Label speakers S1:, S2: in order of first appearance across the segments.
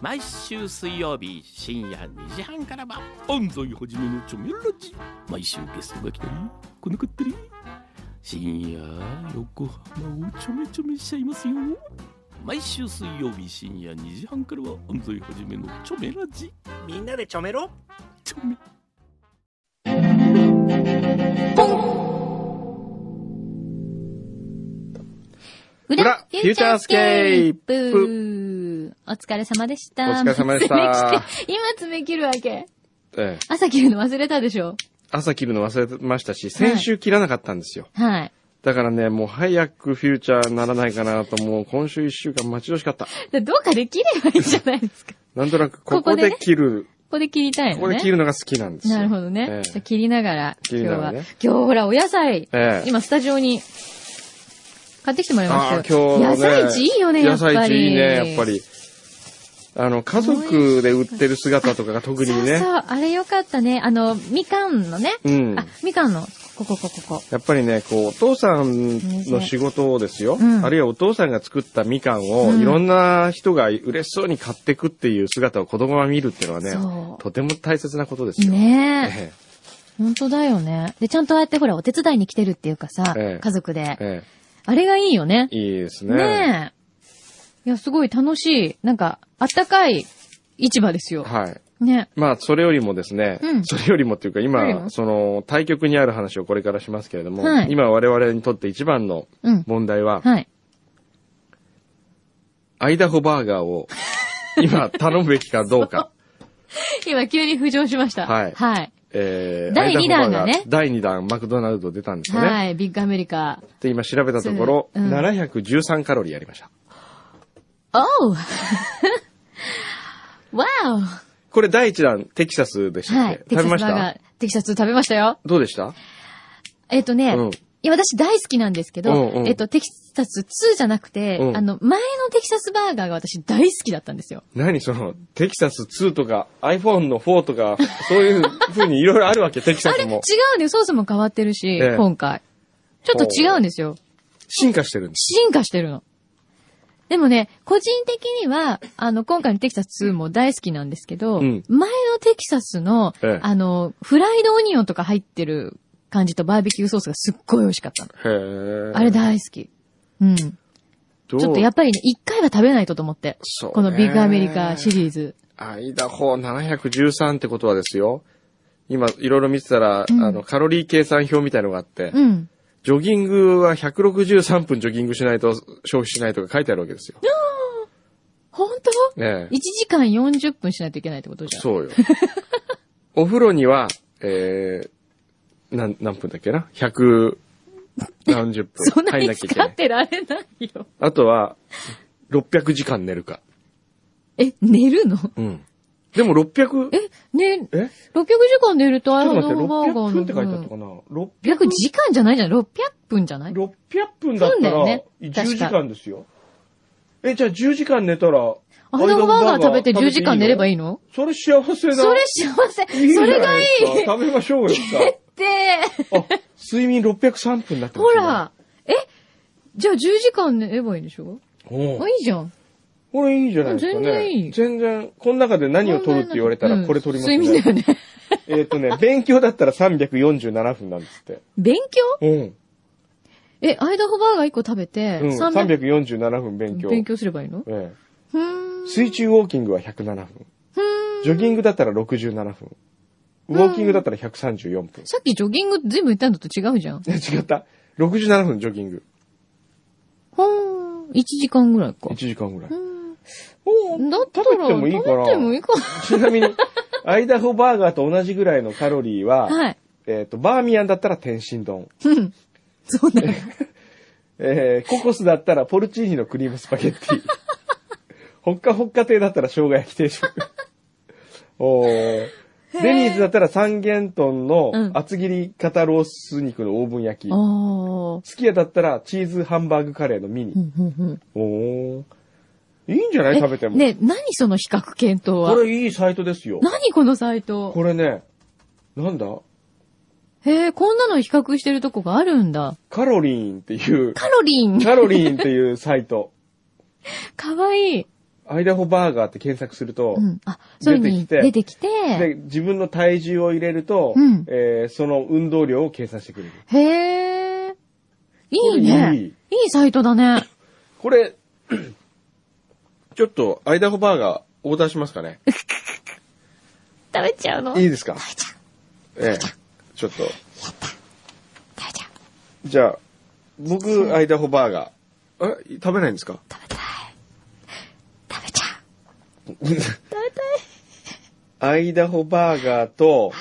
S1: 毎週水曜日深夜2時半からは安西はじめのチョメラジ毎週ゲストが来たり来なかったり深夜横浜をちょめちょめしちゃいますよ毎週水曜日深夜2時半からは安西はじめのチョメラジ
S2: みんなでちょめろ
S1: チョメ
S3: 裏フューチャースケー
S4: プお疲れ様でした。
S3: お疲れ様でした
S4: もう爪切 って今爪切るわけ。
S3: ええ、
S4: 朝切るの忘れたでしょ
S3: 朝切るの忘れましたし、先週切らなかったんですよ。
S4: はい。
S3: だからね、もう早くフューチャーにならないかなと、もう今週一週間待ち遠しかった。
S4: でどうかできればいいじゃないです か。こ
S3: なんとなく
S4: こ
S3: こ
S4: こ
S3: こ
S4: でね
S3: で切る、
S4: こで切りたいのね。
S3: ここで切るのが好きなんですよ。
S4: なるほどね。
S3: え
S4: じゃあ切りながら、
S3: 切りながらね
S4: 今日は。今日ほら、お野菜、
S3: ええ
S4: 今スタジオに買ってきてもら
S3: え
S4: いました
S3: ああ、
S4: よ。
S3: 今日、ね、
S4: 野菜地いいよね、やっぱり。
S3: 野菜地いいね、やっぱ。り。あの、家族で売ってる姿とかが特に
S4: そう
S3: ね。
S4: そう、あれよかったね。あの、みかんのね。
S3: うん。
S4: あ、みかんの、ここ、ここ、ここ。
S3: やっぱりね、こう、お父さんの仕事をですよ、
S4: うん
S3: あるいはお父さんが作ったみかんを、
S4: うん
S3: いろんな人が嬉しそうに買ってくっていう姿を子供が見るっていうのはね
S4: そ、う
S3: とても大切なことですよ。
S4: ねえ。
S3: え
S4: 本当だよね。で、ちゃんとああやってほら、お手伝いに来てるっていうかさ、
S3: ええ
S4: 家族で、
S3: ええ
S4: あれがいいよね
S3: え。いいですね。
S4: ねえ。いや、すごい楽しい。なんか、あったかい市場ですよ。
S3: はい。
S4: ね。
S3: まあ、それよりもですね、
S4: うん
S3: それよりもっていうか、
S4: う
S3: 今、
S4: ん
S3: その、対局にある話をこれからしますけれども、
S4: はい
S3: 今我々にとって一番の
S4: うん。
S3: 問題は、
S4: はい。
S3: アイダホバーガ ーを、今、頼むべきかどうか。
S4: 今、急に浮上しました。
S3: はい
S4: はい。
S3: えー
S4: 第二弾がね
S3: アイダホバーガー第2弾、マクドナルド出たんですよね。
S4: はい。ビッグアメリカ。
S3: で、今調べたところ、
S4: そううん
S3: 713カロリーありました。
S4: おうわお
S3: これ第一弾、テキサスでした
S4: は
S3: っけ、
S4: い。
S3: 食べまし
S4: バーガ
S3: た
S4: ー。テキサス食べましたよ。
S3: どうでした
S4: えっとね、
S3: うん
S4: いや、私大好きなんですけど、
S3: うんうん
S4: えっと、テキサス2じゃなくて、
S3: うん
S4: あの、前のテキサスバーガーが私大好きだったんですよ。
S3: 何その、テキサス2とか iPhone の4とか、そういう風にいろいろあるわけ、テキ サ
S4: あれ
S3: ス
S4: 違う
S3: も
S4: ん。だよ。ソースも変わってるし、
S3: ええ
S4: 今回。ちょっと違うんですよ。
S3: 進化してるんです。
S4: 進化してるの。でもね、個人的には、あの、今回のテキサス2も大好きなんですけど、
S3: うん
S4: 前のテキサスの、
S3: ええ
S4: あの、フライドオニオンとか入ってる感じとバーベキューソースがすっごい美味しかったの。
S3: へー
S4: あれ、大好き。うん。ち
S3: ちょ
S4: ょっとやっぱりね、一回は食べないとと思って。
S3: そうね
S4: このビッグアメリカシリーズ。
S3: アイダホー713ってことはですよ。今、いろいろ見てたら、
S4: うん
S3: あの、カロリー計算表みたいのがあって、
S4: うん。
S3: ジョギングは163分ジョギングしないと、消費しないとか書いてあるわけですよ。
S4: 本当
S3: ねえ
S4: ?1 時間40分しないといけないってことじゃん。
S3: そうよ。 お風呂には、えー、なん、何分だっけな百何十分
S4: そんな
S3: 入ん
S4: に
S3: なきゃいけ
S4: 使
S3: な
S4: っ
S3: い。
S4: てられないよ。
S3: あとは、600時間寝るか。
S4: え、寝るの
S3: うん。でも600、
S4: え、ね、
S3: え
S4: 600時間寝ると
S3: ち
S4: ア
S3: ょ
S4: イ
S3: っと
S4: ハ
S3: 待っ
S4: ド
S3: て、
S4: バーガーの
S3: 600分って書いてあったかな ?600
S4: 600時間じゃないじゃん。600分じゃない
S3: 600分だった
S4: 分だよ
S3: ら、
S4: ね
S3: 10時間ですよ。え、じゃあ10時間寝たら、
S4: アイハドバーガー食べて10時間寝れば
S3: いい
S4: いいの
S3: の。それ幸せだ。
S4: それ幸せ。
S3: いいじ
S4: そ
S3: ゃな
S4: れ
S3: い
S4: がい
S3: ですか
S4: い。
S3: 食べましょうよ、さ。
S4: で、
S3: あ、睡眠603分になってま
S4: ほ
S3: すね。
S4: ら。えじゃあ10時間寝ればいいんでしょ
S3: おう
S4: あ、いいじゃん。
S3: これいいじゃないですかね。
S4: 全然いい
S3: 全然この中で何を取るって言われた
S4: う
S3: ら
S4: ん
S3: これ取りますね。
S4: 睡眠だよね。
S3: えっとね、勉強だったら347分なんですって。
S4: 勉強
S3: うん。
S4: え、アイダホバーガー1個食べて、
S3: うん、
S4: 300
S3: 347分勉強。
S4: 勉強すればいいの
S3: ええ
S4: ふーん。
S3: 水中ウォーキングは107
S4: ふ
S3: 分。
S4: ーん。
S3: ジョギングだったら67分。ウォーキングだったら134分。
S4: さっきジョギング全部言ったのと違うじゃん。
S3: え違った。67分ジョギング。
S4: ほーん。1時間ぐらいか
S3: 1。時間ぐらい。
S4: おだったら、
S3: 食べてもいいかな
S4: 食べてもいいかな。
S3: ちなみに、アイダホバーガーと同じぐらいのカロリーは、
S4: はい。
S3: えっ、と、バーミヤンだったら天津丼。
S4: うん。そうだよ。
S3: えー、ココスだったらポルチーニのクリームスパゲッティ。 ほっかほっか亭だったら生姜焼き定食。 おーデニーズだったら三元豚
S4: うん
S3: の厚切り肩ロース肉のオーブン焼き。
S4: ああ。
S3: すき家だったらチーズハンバーグカレーのミニ。おーいいんじゃない食べても。
S4: ね、何その比較検討は
S3: こ。れいいサイトですよ。
S4: 何このサイト
S3: こ。れね、なんだ
S4: へえ、こんなの比較してるとこがあるんだ。
S3: カロリーンっていう、
S4: カロリーン。
S3: カロリーンっていうサイト。
S4: かわいい。
S3: アイダホバーガーって検索すると、
S4: うん。あ、そういうふうに
S3: 出
S4: 出
S3: て
S4: てきて、
S3: で、自分の体重を入れると、
S4: うん
S3: えーその運動量を計算してくれる。
S4: へえ。いい
S3: これ
S4: ね。
S3: いい
S4: いいサイトだね。
S3: これ、 ちょっと、アイダホバーガー、オーダーしますかね。
S4: 食べちゃうの
S3: い
S4: 食べ
S3: いですか
S4: ちゃう。
S3: ええ。ちょっと。
S4: 食べちゃう。
S3: じゃあ、僕、アイダホバーガー。え食べないんですか
S4: 食べたい。食べちゃう。
S3: アイダホバーガーと、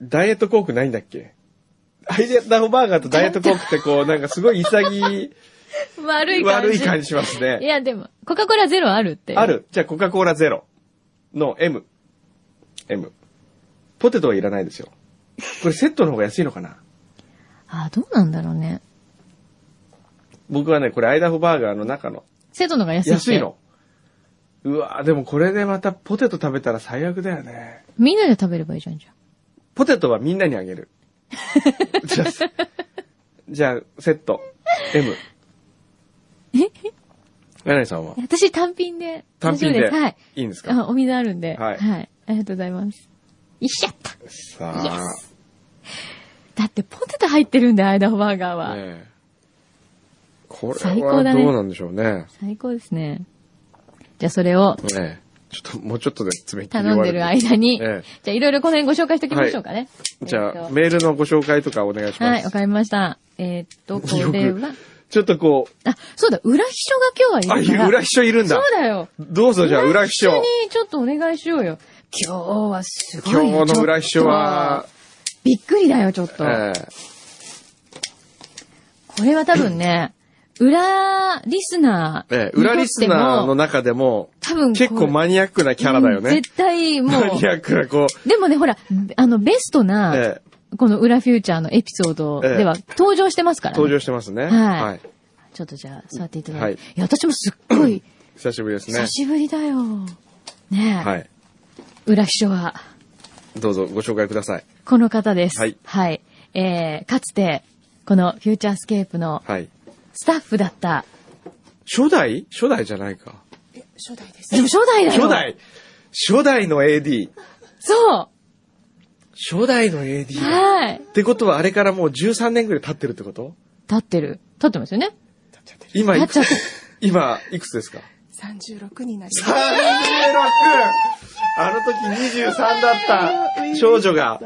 S3: ダイエットコークないんだっけアイダホバーガーとダイエットコークってこう、なんかすごい潔い、
S4: 悪い感じ。
S3: 悪い感じします
S4: い
S3: ね。
S4: や、でも、コカ・コーラゼロあるって。
S3: あ。る。じゃあ、コカ・コーラゼロの M。M。ポテトはいらないですよ。これセットの方が安いのかな
S4: あ、どうなんだろうね。
S3: 僕はね、これアイダホバーガーの中の
S4: 生徒の方が安いって。
S3: 安いの。うわぁ、でもこれでまたポテト食べたら最悪だよね。
S4: みんなで食べればいいじゃん、じゃ
S3: ポテトはみんなに あげる。じゃあ、じゃあセット。M。柳井さんは
S4: あ私単品で。
S3: 単品
S4: 大丈
S3: で
S4: 夫すはい。
S3: いいんですか
S4: あ、お水あるんで。
S3: はい
S4: ありがとうございます。いっしゃった。
S3: さ
S4: イエ
S3: あ、
S4: スだってポテト入ってるんで、アイダホバーガーは。
S3: ねえこ
S4: 最
S3: れは
S4: 高だね
S3: どうなんでしょうね。
S4: 最高ですね。じゃあそれを
S3: ねえちょっと、もうちょっとで爪切り
S4: 頼んでる
S3: 終わ
S4: 間に、
S3: ええ
S4: じゃあいろいろこの辺ご紹介しておきましょうかね。
S3: じ
S4: え
S3: ゃあ、
S4: っと
S3: メールのご紹介とかお願いします。
S4: はい、わかりました。えーっと、これは、
S3: ちょっとこ
S4: あ、そうだ、裏秘書が今日
S3: う、あ、
S4: はい
S3: い
S4: るから。
S3: る裏秘書いるんだ。
S4: そうだよ。
S3: どうぞ、じゃあ、裏秘書
S4: 一緒。にちょっとお願いしようよ。今日はすごいよ。
S3: 今日の裏秘書は
S4: ちょっ、と。びっくりだよ、ちょっと。
S3: え
S4: これは多分ね、裏リスナ
S3: え
S4: ーにとっ
S3: ええ
S4: ても。
S3: 裏リスナーの中でも、
S4: 多分こう
S3: 結構マニアックなキャラだよ
S4: うん
S3: ね。
S4: 絶対も
S3: マニ
S4: う。
S3: アックな、こ
S4: でもね、ほら、あの、ベスト
S3: う、
S4: な、
S3: ええ
S4: この裏フューチャーのエピソードでは登場してますからね。
S3: 登場してますね。
S4: はい
S3: はい。
S4: ちょっとじゃあ、座っていただいて。
S3: はい
S4: い、や、私もすっごい、
S3: 久しぶりですね
S4: 久。しぶりだよ。ねえ、
S3: はい。
S4: 裏秘書は、
S3: どうぞ、ご紹介ください。
S4: この方です。
S3: はい
S4: えー、かつて、このフューチャースケープの
S3: はい。
S4: スタッフだった。
S3: 初代初代じゃないか。
S2: 初代です。
S4: でも初代だよ。
S3: 初代初代の AD。
S4: そ
S3: 初代の AD
S4: う
S3: だ。
S4: はい
S3: ってことは、あれからもう13年ぐらい経ってるってこと
S4: 立ってる。立ってますよね。
S3: 今いく
S4: 立っちゃっ、
S3: 今、いくつですか
S2: 36になり
S3: ?36!
S2: ます。
S3: あの時23だった少女が、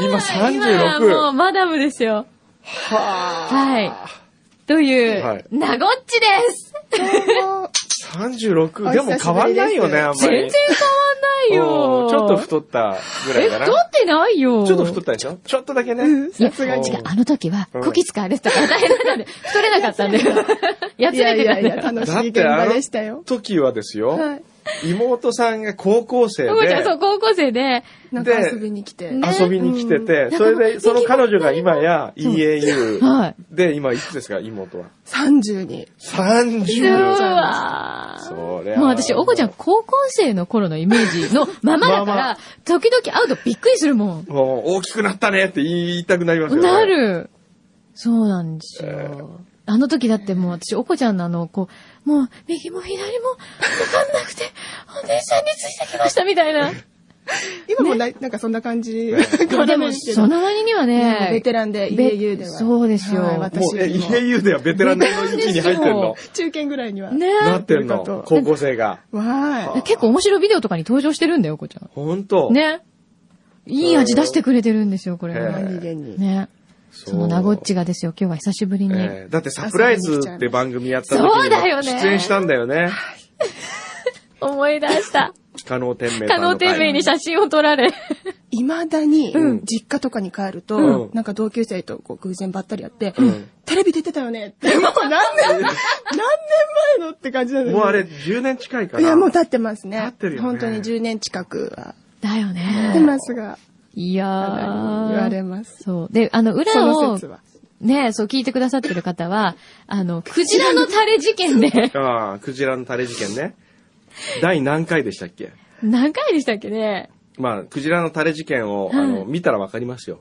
S3: 今
S4: 今はもう
S3: 36!
S4: マダムですよ。はい。という、
S3: はい
S4: なごっちです
S3: 36! でも変わんないよね、あんま
S4: 全
S3: り。
S4: 然変わんない
S3: うん
S4: よ。
S3: ちょっと太ったぐら
S4: え、
S3: いだ
S4: 太
S3: な。
S4: ってないよ。
S3: ちょっと太ったでしょちょっとだけね。
S4: いや、
S2: さすがに
S4: 違う、あの時は、こき使われてたから大変なので、太れなかったんで。 や
S2: い
S4: つ
S2: や
S4: れ
S2: い
S4: てた
S2: や
S4: ん
S2: い
S4: だ
S2: や、
S4: よ。
S2: 楽し
S3: だ
S2: い
S3: っ
S2: 現
S3: てあ
S2: 場
S3: の
S2: でしたよ。
S3: 時はですよ、
S2: はい。
S3: 妹さんが高校生
S4: もちゃん、そ
S3: で
S4: う、高校生で、
S2: なんか
S3: で
S2: 遊びに来て。
S4: ね
S3: 遊びに来てて、それで、その彼女が今や EAU
S4: はい。
S3: で、今いくつですか、妹は。
S2: 30に。
S4: う
S3: 30!
S4: わー
S3: そりゃ
S4: もう私、おこちゃん、高校生の頃のイメージのままだか
S3: まあま
S4: ら、時々会うとびっくりするもん。
S3: もう大きくなったねって言いたくなりますよね。
S4: なる。そうなんです
S3: え
S4: よ。あの時だってもう私、おこちゃんのあの、こう、もう、右も左も、わかんなくて、お姉さんについてきましたみたい な。
S2: 今もない、なんかそんな感じ。
S4: でも、その割にはね、
S2: ベテランで、
S4: べ
S2: EAU では。
S4: そうですよ
S2: はい
S3: も
S2: 私
S3: う、
S2: よ
S3: え、
S2: りも
S3: EAU ではベテランの域に入ってんの。
S2: 中堅ぐらいには。
S4: ね
S3: なってんの。高校生が。
S2: わーい。
S4: 結構面白いビデオとかに登場してるんだよ、おこちゃん。
S3: ほんと。。
S4: ね。いい味出してくれてるんですよ、これ
S3: え
S4: は。
S2: 何気に。
S4: ね。
S3: そ
S4: そのなごっちがですよ、今日は久しぶりに。
S3: えーだってサプライズって番組やった時
S4: そうだよ
S3: に
S4: ね
S3: 出演したんだよね。
S4: 思い出 した。
S3: 可能天命さ
S4: 可
S3: んの
S4: 能
S3: 回
S4: 天命に写真を撮られ。
S2: 未だに
S3: うん、
S2: 実家とかに帰る
S3: う
S2: と
S3: ん、
S2: なんか同級生とこう偶然ばったりやって
S3: ん、
S2: テレビ出てたよねって。もう何年、何年前のって感じなのに
S3: もうあれ10年近いか
S2: い
S3: ら。
S2: や、もう経ってますね。
S3: 経ってるよね
S2: 本当に10年近くは。
S4: だよ
S2: 経って
S4: ね。
S2: ますが、
S4: いや
S2: あ
S4: ー
S2: の言われます。
S4: そう。で、あの、
S2: そ
S4: 裏
S2: の
S4: を
S2: 説、は。
S4: ね、そう聞いてくださってる方は、 あの、クジラのタレ事件 で、
S3: ああ、クジラのタレ事件ね。第何回でしたっけ
S4: 何回でしたっけね
S3: まあ、クジラのタレ事件を、あの、見たらわかりますよ。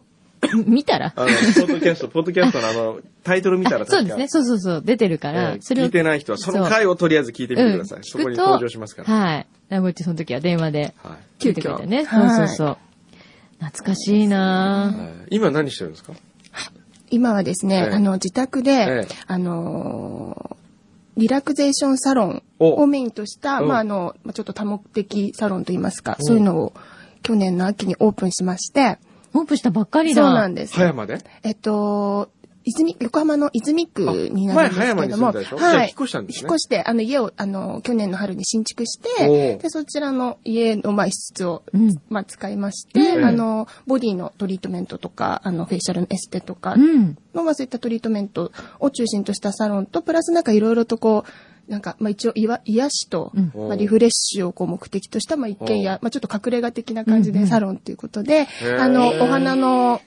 S4: 見たら
S3: あの、ポッドキャスト、 ポッドキャストのあの、タイトル見たら
S4: あそう
S3: 確
S4: で
S3: か
S4: すね。そうそうそう。出てるか
S3: え
S4: ら、
S3: ー
S4: それを。
S3: 聞いてない人は、その回をとりあえず聞いてみてください。そこに登場しますから。
S4: はい。ラムッチその時は電話で
S3: はい
S4: 聞いてくれたね。そう
S2: はい
S4: そうそう。懐かしいなぁ
S3: はい今何してるんですか
S2: 今はですね、
S3: ええ
S2: あの、自宅で、
S3: ええ
S2: あのーリラクゼーションサロン
S3: お
S2: をメインとした、
S3: うん
S2: まあ、あの、まあちょっと多目的サロンといいますか、
S3: うん
S2: そういうのを去年の秋にオープンしまして、
S4: オープンしたばっかり
S2: そ
S4: だ。
S2: うなんです。
S3: 葉山で
S2: えっと、泉、横浜の泉区になるんですけれども、
S3: あ前葉山に住んでたでしょじゃあ引っ越したんですね
S2: 引っ越して、あの、家を、あの、去年の春に新築し
S3: お
S2: て、
S3: う
S2: で、そちらの家の、まあ、一室を、
S4: うん
S2: まあ、使いまして、
S3: うん
S2: あの、ボディのトリートメントとか、あの、フェイシャルのエステとか
S4: うん。
S2: の、まあ、そういったトリートメントを中心としたサロンと、プラスなんかいろいろとこう、なんか、まあ、一応、いわ、癒しと、
S4: うん
S2: まあ、リフレッシュをこう目的とした、まあ、一軒
S3: おう
S2: 家、まあ、ちょっと隠れ家的な感じ
S4: うんう
S2: で
S4: ん
S2: サロンということで、
S3: ー
S2: あの、お花の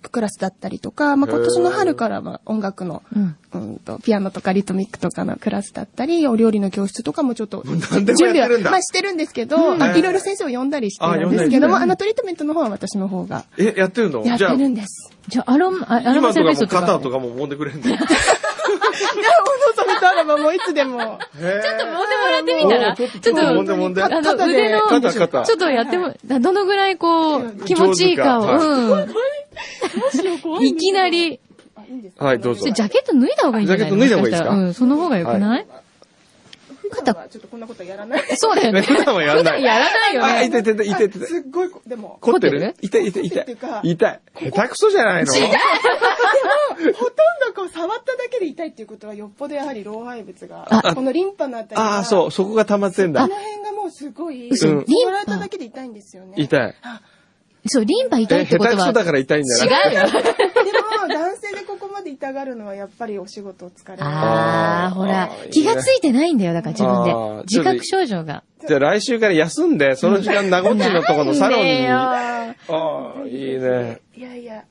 S2: ククラスだったりとか、まあ、今年の春からは音楽の、
S4: うん。
S2: うんと、ピアノとかリトミックとかのクラスだったり、お料理の教室とかもちょっと、
S3: 何でもやってるんだ
S2: まあ、してるんですけど、
S3: ん
S2: まあいろいろ先生を呼んだりしてるんですけども、あの、トリートメントの方は私の方が
S3: え、やってるの
S2: やっ
S3: じゃ
S2: て
S3: あ、
S2: るんです。
S4: じゃあ、アロマ、あアロ
S3: 今
S4: マ
S3: と
S4: セ
S3: かも
S4: ラ
S3: う
S4: ピストとか。
S3: 肩とかも揉んでく れるんだ。へ
S2: いや、おのさんとあればもういつでも。
S3: ー
S4: 揉んでもらってみたら
S3: おーちょっと
S4: ちょっと
S3: 揉んで揉んで。
S4: あの、
S2: 肩で
S4: 腕の、
S3: 肩肩
S4: ちょっとやっても、だどのぐらいこう、気持ちいいかを。
S3: 上手か
S4: うん。いきなり。
S3: はい、どう
S4: ち
S3: ぞ
S4: ょっと。ジャケット脱いだ方がいいんじゃない
S3: ジャケット脱いだ方がいいですか
S4: もししたらうん、その方が良くない
S2: 肩はちょっとこんなことやらない。
S4: そうだよね。
S3: 普段はやらない。
S4: やらないよ
S3: あ、
S4: ね。
S3: 痛い痛い痛い痛い痛い。
S2: すっごい、でも、
S3: 凝って
S4: 凝っ
S3: る痛い痛い痛
S2: 凝
S3: い
S2: ってるっていうか。
S3: 痛い。下手くそじゃないの
S2: ほとんどこう触っただけで痛いっていうことはよっぽどやはり老廃物
S4: あ
S2: が、このリンパのあたりが
S3: ああ、そう、そこが溜まってんだ
S2: この。辺がもうすごい、
S4: 嘘
S2: 触
S3: うん
S2: られただけで痛いんですよね。
S3: 痛い。
S4: そう、リンパ痛い
S3: え、
S4: って
S3: 下
S4: こ
S3: 手
S4: と
S3: く
S4: は
S3: そだから痛いんじゃな
S4: 違
S3: い
S4: うよ。
S2: でも、男性でここまで痛がるのはやっぱりお仕事お疲れ。
S4: あ
S3: あー
S4: ー、ほら
S3: いいね、
S4: 気がついてないんだよ、だから自
S3: あ
S4: 分
S3: ー
S4: で。自覚症状が。
S3: じゃあ来週から休んで、その時間、なごっちのとこのサロ
S4: な
S3: ン
S4: んで
S3: に。
S4: よ
S3: ああ、いいね。
S2: いやいや。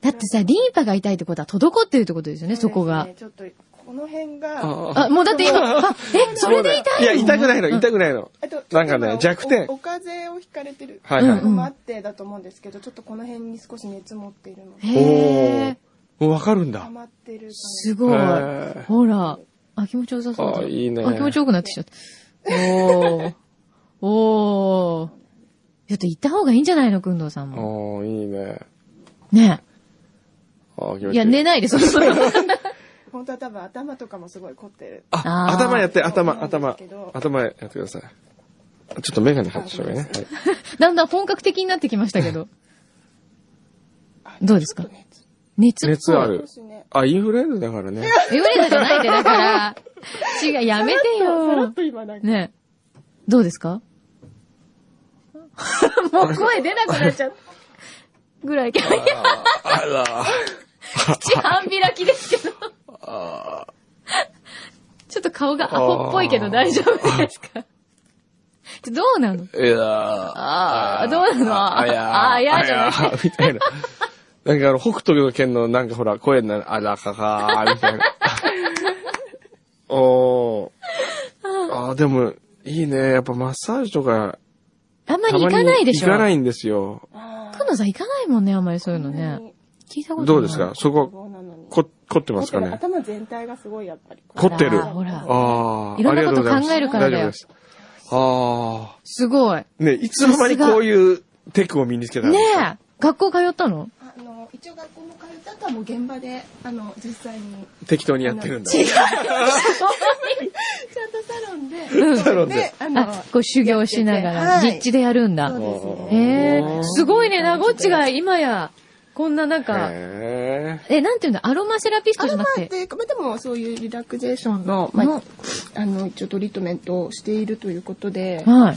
S4: だってさ、リンパが痛いってことは滞ってるってことですよね、そこが
S2: う。ですねちょっと、この辺が、
S3: ああ
S4: あ、もうだって 今、あえ、それで痛い
S3: いや、痛くないの、痛くないの。
S2: あと、
S3: なんかね
S2: ちょっと
S3: 弱
S2: 今
S3: 点
S2: おお風邪をひかれてる。
S3: はいはい。
S4: うん
S2: のもあってだと思うんですけど、ちょっとこの辺に少し熱持っているので、
S4: へー。
S3: おお。わかるん
S2: 溜
S3: だ。
S2: まってる感じ。
S4: すごい
S3: へー。
S4: ほら。あ、気持ちよさそうだ。
S3: あいいね
S4: あ、気持ちよくなってきちゃった。おー。おー。ちょっと行った方がいいんじゃないの、くんどうさんも。
S3: おおいいね。
S4: ね
S3: ああ、気持ちい
S4: え。
S3: い。
S4: いや、寝ないで、そろそろ。
S2: 本当は多分頭とかもすごい凝ってる。
S3: あ、
S4: あー
S3: 頭やって、頭、
S2: なん
S3: 頭
S2: ですけど。
S3: 頭やってください。ちょっとメガネ外した方がいいね。はい
S4: だんだん本格的になってきましたけど。どうですか
S2: ちょっと熱
S4: 熱っぽい。
S3: 熱ある
S2: 少。しね。
S3: あ、インフルエンザだからね。
S4: 幽霊じゃないで、だから。違う、やめて
S2: さらっ
S4: よ。
S2: と今なんか、
S4: ねえ。どうです かもう声出なくなっちゃう。ぐらい。口
S3: あら。
S4: 半開きですけど。ちょっと顔がアホっぽいけど大丈夫ですかどうなの
S3: いや
S4: ああ、どうなのああ、あやじゃない。
S3: い。みたいな。なんかあの、北斗の剣のなんかほら、声になる、あらかか ー、みたいな。おー。あー、でも、いいね。やっぱマッサージとか、
S4: あんまり行かないでしょ。
S3: 行かないんですよ。
S4: くのさん行かないもんね、あんまりそういうのね。聞いたことない。
S3: どうですかそこ、
S2: 棒なのに。
S3: こ、凝ってますか
S2: だ
S3: ね
S2: から頭全体がすごいやっぱり。
S3: 凝ってる。
S4: あーほら
S3: あー
S4: いろんなこと
S3: ありがうござます
S4: 考えるからだよ
S3: 大丈夫です。あ
S4: すごい。
S3: ー。ね、いつの間にこういうテクを身につけたん
S4: ね
S3: ですか
S4: え。学校通ったの
S2: あの、一応学校も通った後はもう現場で、あの、実際に。
S3: 適当にやってる んだ。
S2: ちゃんとサロンで、
S3: サロンで。
S2: あの、
S4: あ、こう修行しなが
S2: や
S4: ら、
S2: っててはい
S4: 実地でやるんだ
S2: そう。ですね。
S4: へえ
S3: おー
S4: すごいね、なごっちが今や、こんななんか、
S3: へー。
S4: え、なんていうんだ、アロマセラピストじゃなく
S2: まあ
S4: て、
S2: で、まあ、でもそういうリラクゼーションの、まあ、
S4: の
S2: あの、一応トリートメントをしているということで、
S4: はい。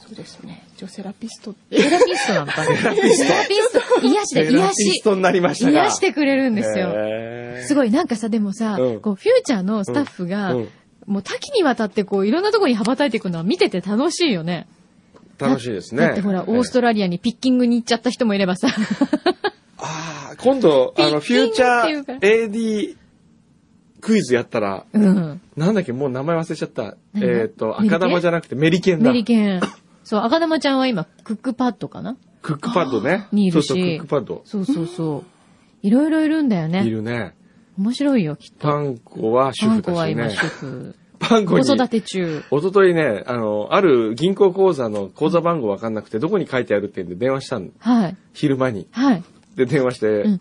S2: そうですね。一応セラピストって。
S4: セラピストなんだ。セラピスト。癒しで、
S3: セラ
S4: 癒
S3: ピス
S4: し。
S3: トになりましたか
S4: 癒してくれるんですよ。
S3: へー
S4: すごい、なんかさ、でもさ、
S3: うん
S4: こう、フューチャーのスタッフが、
S3: うんうん
S4: もう多岐にわたってこう、いろんなところに羽ばたいていくのは見てて楽しいよね。
S3: 楽しいです
S4: だ
S3: ね
S4: って。ほら、オーストラリアにピッキングに行っちゃった人もいれば さ、
S3: ああ、今度、あの、フ
S4: ピッキン
S3: ュ
S4: グ
S3: ーチャ
S4: っていうか
S3: ー AD クイズやったら、
S4: うん。
S3: なんだっけ、もう名前忘れちゃった。え
S4: 何
S3: っ、と、
S4: メリケン
S3: 赤玉じゃなくてメリケンだ。
S4: メリケン。そう、赤玉ちゃんは今、クックパッドかな
S3: ククックパッドね。
S4: にいるし
S3: そうそう、クックパッド。
S4: そうそうそう。いろいろいるんだよ
S3: い
S4: ね。
S3: るね。
S4: 面白いよ、きっと。
S3: パンコは
S4: パ
S3: 主
S4: ン
S3: 婦
S4: コ
S3: だ
S4: は
S3: し
S4: 今
S3: ね
S4: 主。婦。
S3: パン
S4: 子
S3: コに。
S4: 育て中。
S3: おとといね、あの、ある銀行口座の口座番号わかんなくて、どこに書いてあるって言うんで電話したん
S4: はい。
S3: 昼間に。
S4: はい。
S3: で、電話して、
S4: うん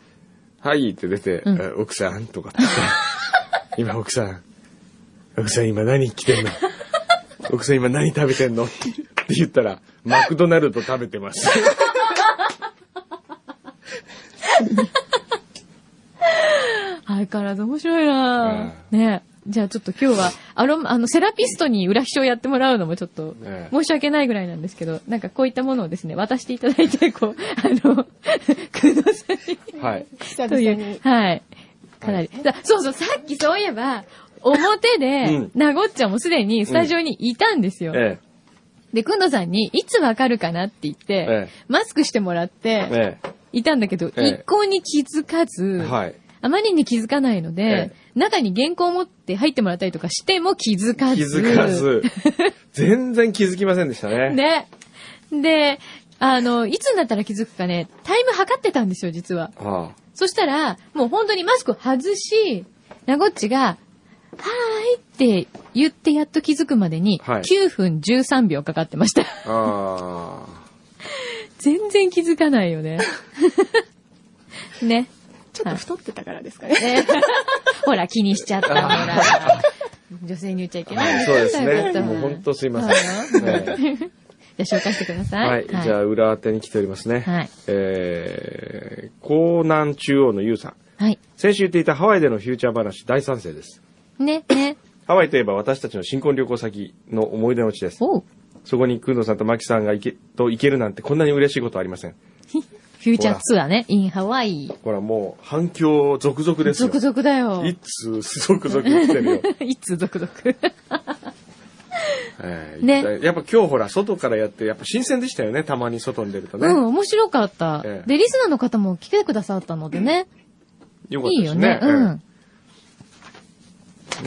S3: はいって出て、
S4: うん
S3: え奥さんと かって言って今奥さん、奥さん今何着てんの奥さん今何食べてんのって言ったら、マクドナルド食べ てます。
S4: 相変わらず面白いなぁねじゃあちょっと今日は、アロマ、あの、セラピストに裏秘書をやってもらうのもちょっと
S3: ね、
S4: 申し訳ないぐらいなんですけど、なんかこういったものをですね、渡していただいて、こう、 あの、くのさんに。
S3: はい。
S2: 久
S4: とい
S2: 々に
S4: う。。はい。かなり。だそうそう、さっきそういえば、表
S3: うん
S4: で、なごっちゃんもすでにスタジオにいたんですよ。
S3: え
S4: で、くんどさんに、いつわかるかなって言って、
S3: ええ
S4: マスクしてもらっ
S3: え、
S4: て、
S3: え
S4: いたんだけど、
S3: ええ
S4: 一向に気づかず、
S3: え、はい。
S4: あまりに気づかないので、
S3: え
S4: 中に原稿を持って入ってもらったりとかしても気づかず。
S3: 気づ か。ず、全然気づきませんでしたね。
S4: ね。で、あの、いつになったら気づくかね、タイム測ってたんですよ、実は。
S3: ああ
S4: そしたら、もう本当にマスク外し、なごっちが、はーいって言ってやっと気づくまでに、
S3: はい
S4: 9分13秒かかってました。
S3: ああ。
S4: 全然気づかないよ ね。ね。
S2: ちょっと太ってたからですかね。
S4: ね ほら、気にしちゃった。ほら。女性に言っちゃいけない。
S3: そうです
S4: そういうこ
S3: ね。
S4: と
S3: もう本当すいません。
S4: そうよ
S3: ね
S4: じゃあ紹介してください。
S3: はい。じゃあ、裏宛てに来ておりますね。
S4: はい
S3: えー、江南中央のゆうさん。
S4: はい。
S3: 先週言っていたハワイでのフューチャー話、大賛成です。
S4: ね、ね。
S3: ハワイといえば私たちの新婚旅行先の思い出の地です。
S4: おう
S3: そこに、くんどさんとまきさんが行け、と行けるなんてこんなに嬉しいことはありません。
S4: フューチャーツアーね。インハワイ。
S3: ほら、もう、反響続々ですよ。
S4: 続々だよ。
S3: 一通、続々来てるよ。
S4: いつ続々。
S3: え ー
S4: ね
S3: やっぱ今日ほら、外からやって、やっぱ新鮮でしたよね。たまに外に出るとね。
S4: うん、面白かった。
S3: ええ
S4: で、リスナーの方も来てくださったのでね。
S3: よかっ
S4: い
S3: た
S4: い
S3: で
S4: よ
S3: す
S4: ね
S3: ね。。
S4: うん。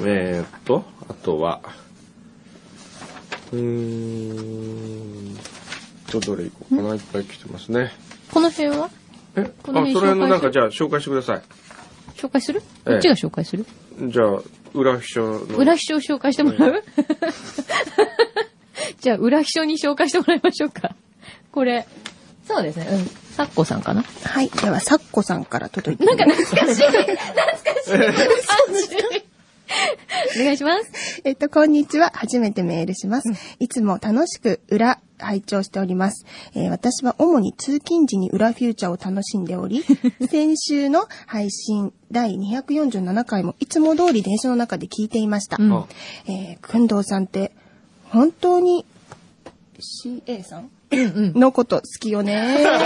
S3: えーっと、あとは、うーんと、どれいこうかな。いっぱい来てますね。
S4: この辺は
S3: え、
S4: この
S3: あ、
S4: 辺
S3: それのなん
S4: 紹介する
S3: かじゃあ紹介してください。
S4: 紹介する
S3: ええ
S4: こっちが紹介する
S3: じゃあ、裏秘書の。
S4: 裏秘書を紹介してもらう じゃあ、裏秘書に紹介してもらいましょうか。これ。そうですね。うん。サッコさんかな
S2: はい。では、サッコさんから届いて
S4: なん
S2: ます
S4: か懐かしい。懐かしい。お願いします。
S2: えっと、こんにちは。初めてメールします。いつも楽しく裏、拝聴しております、えー私は主に通勤時に裏フューチャーを楽しんで おり、先週の配信第247回もいつも通り電車の中で聞いていました。
S4: うん
S3: あ
S2: えー、くんどうさんって、本当に CA さん
S4: うんうん。
S2: のこと好き よね
S4: ダ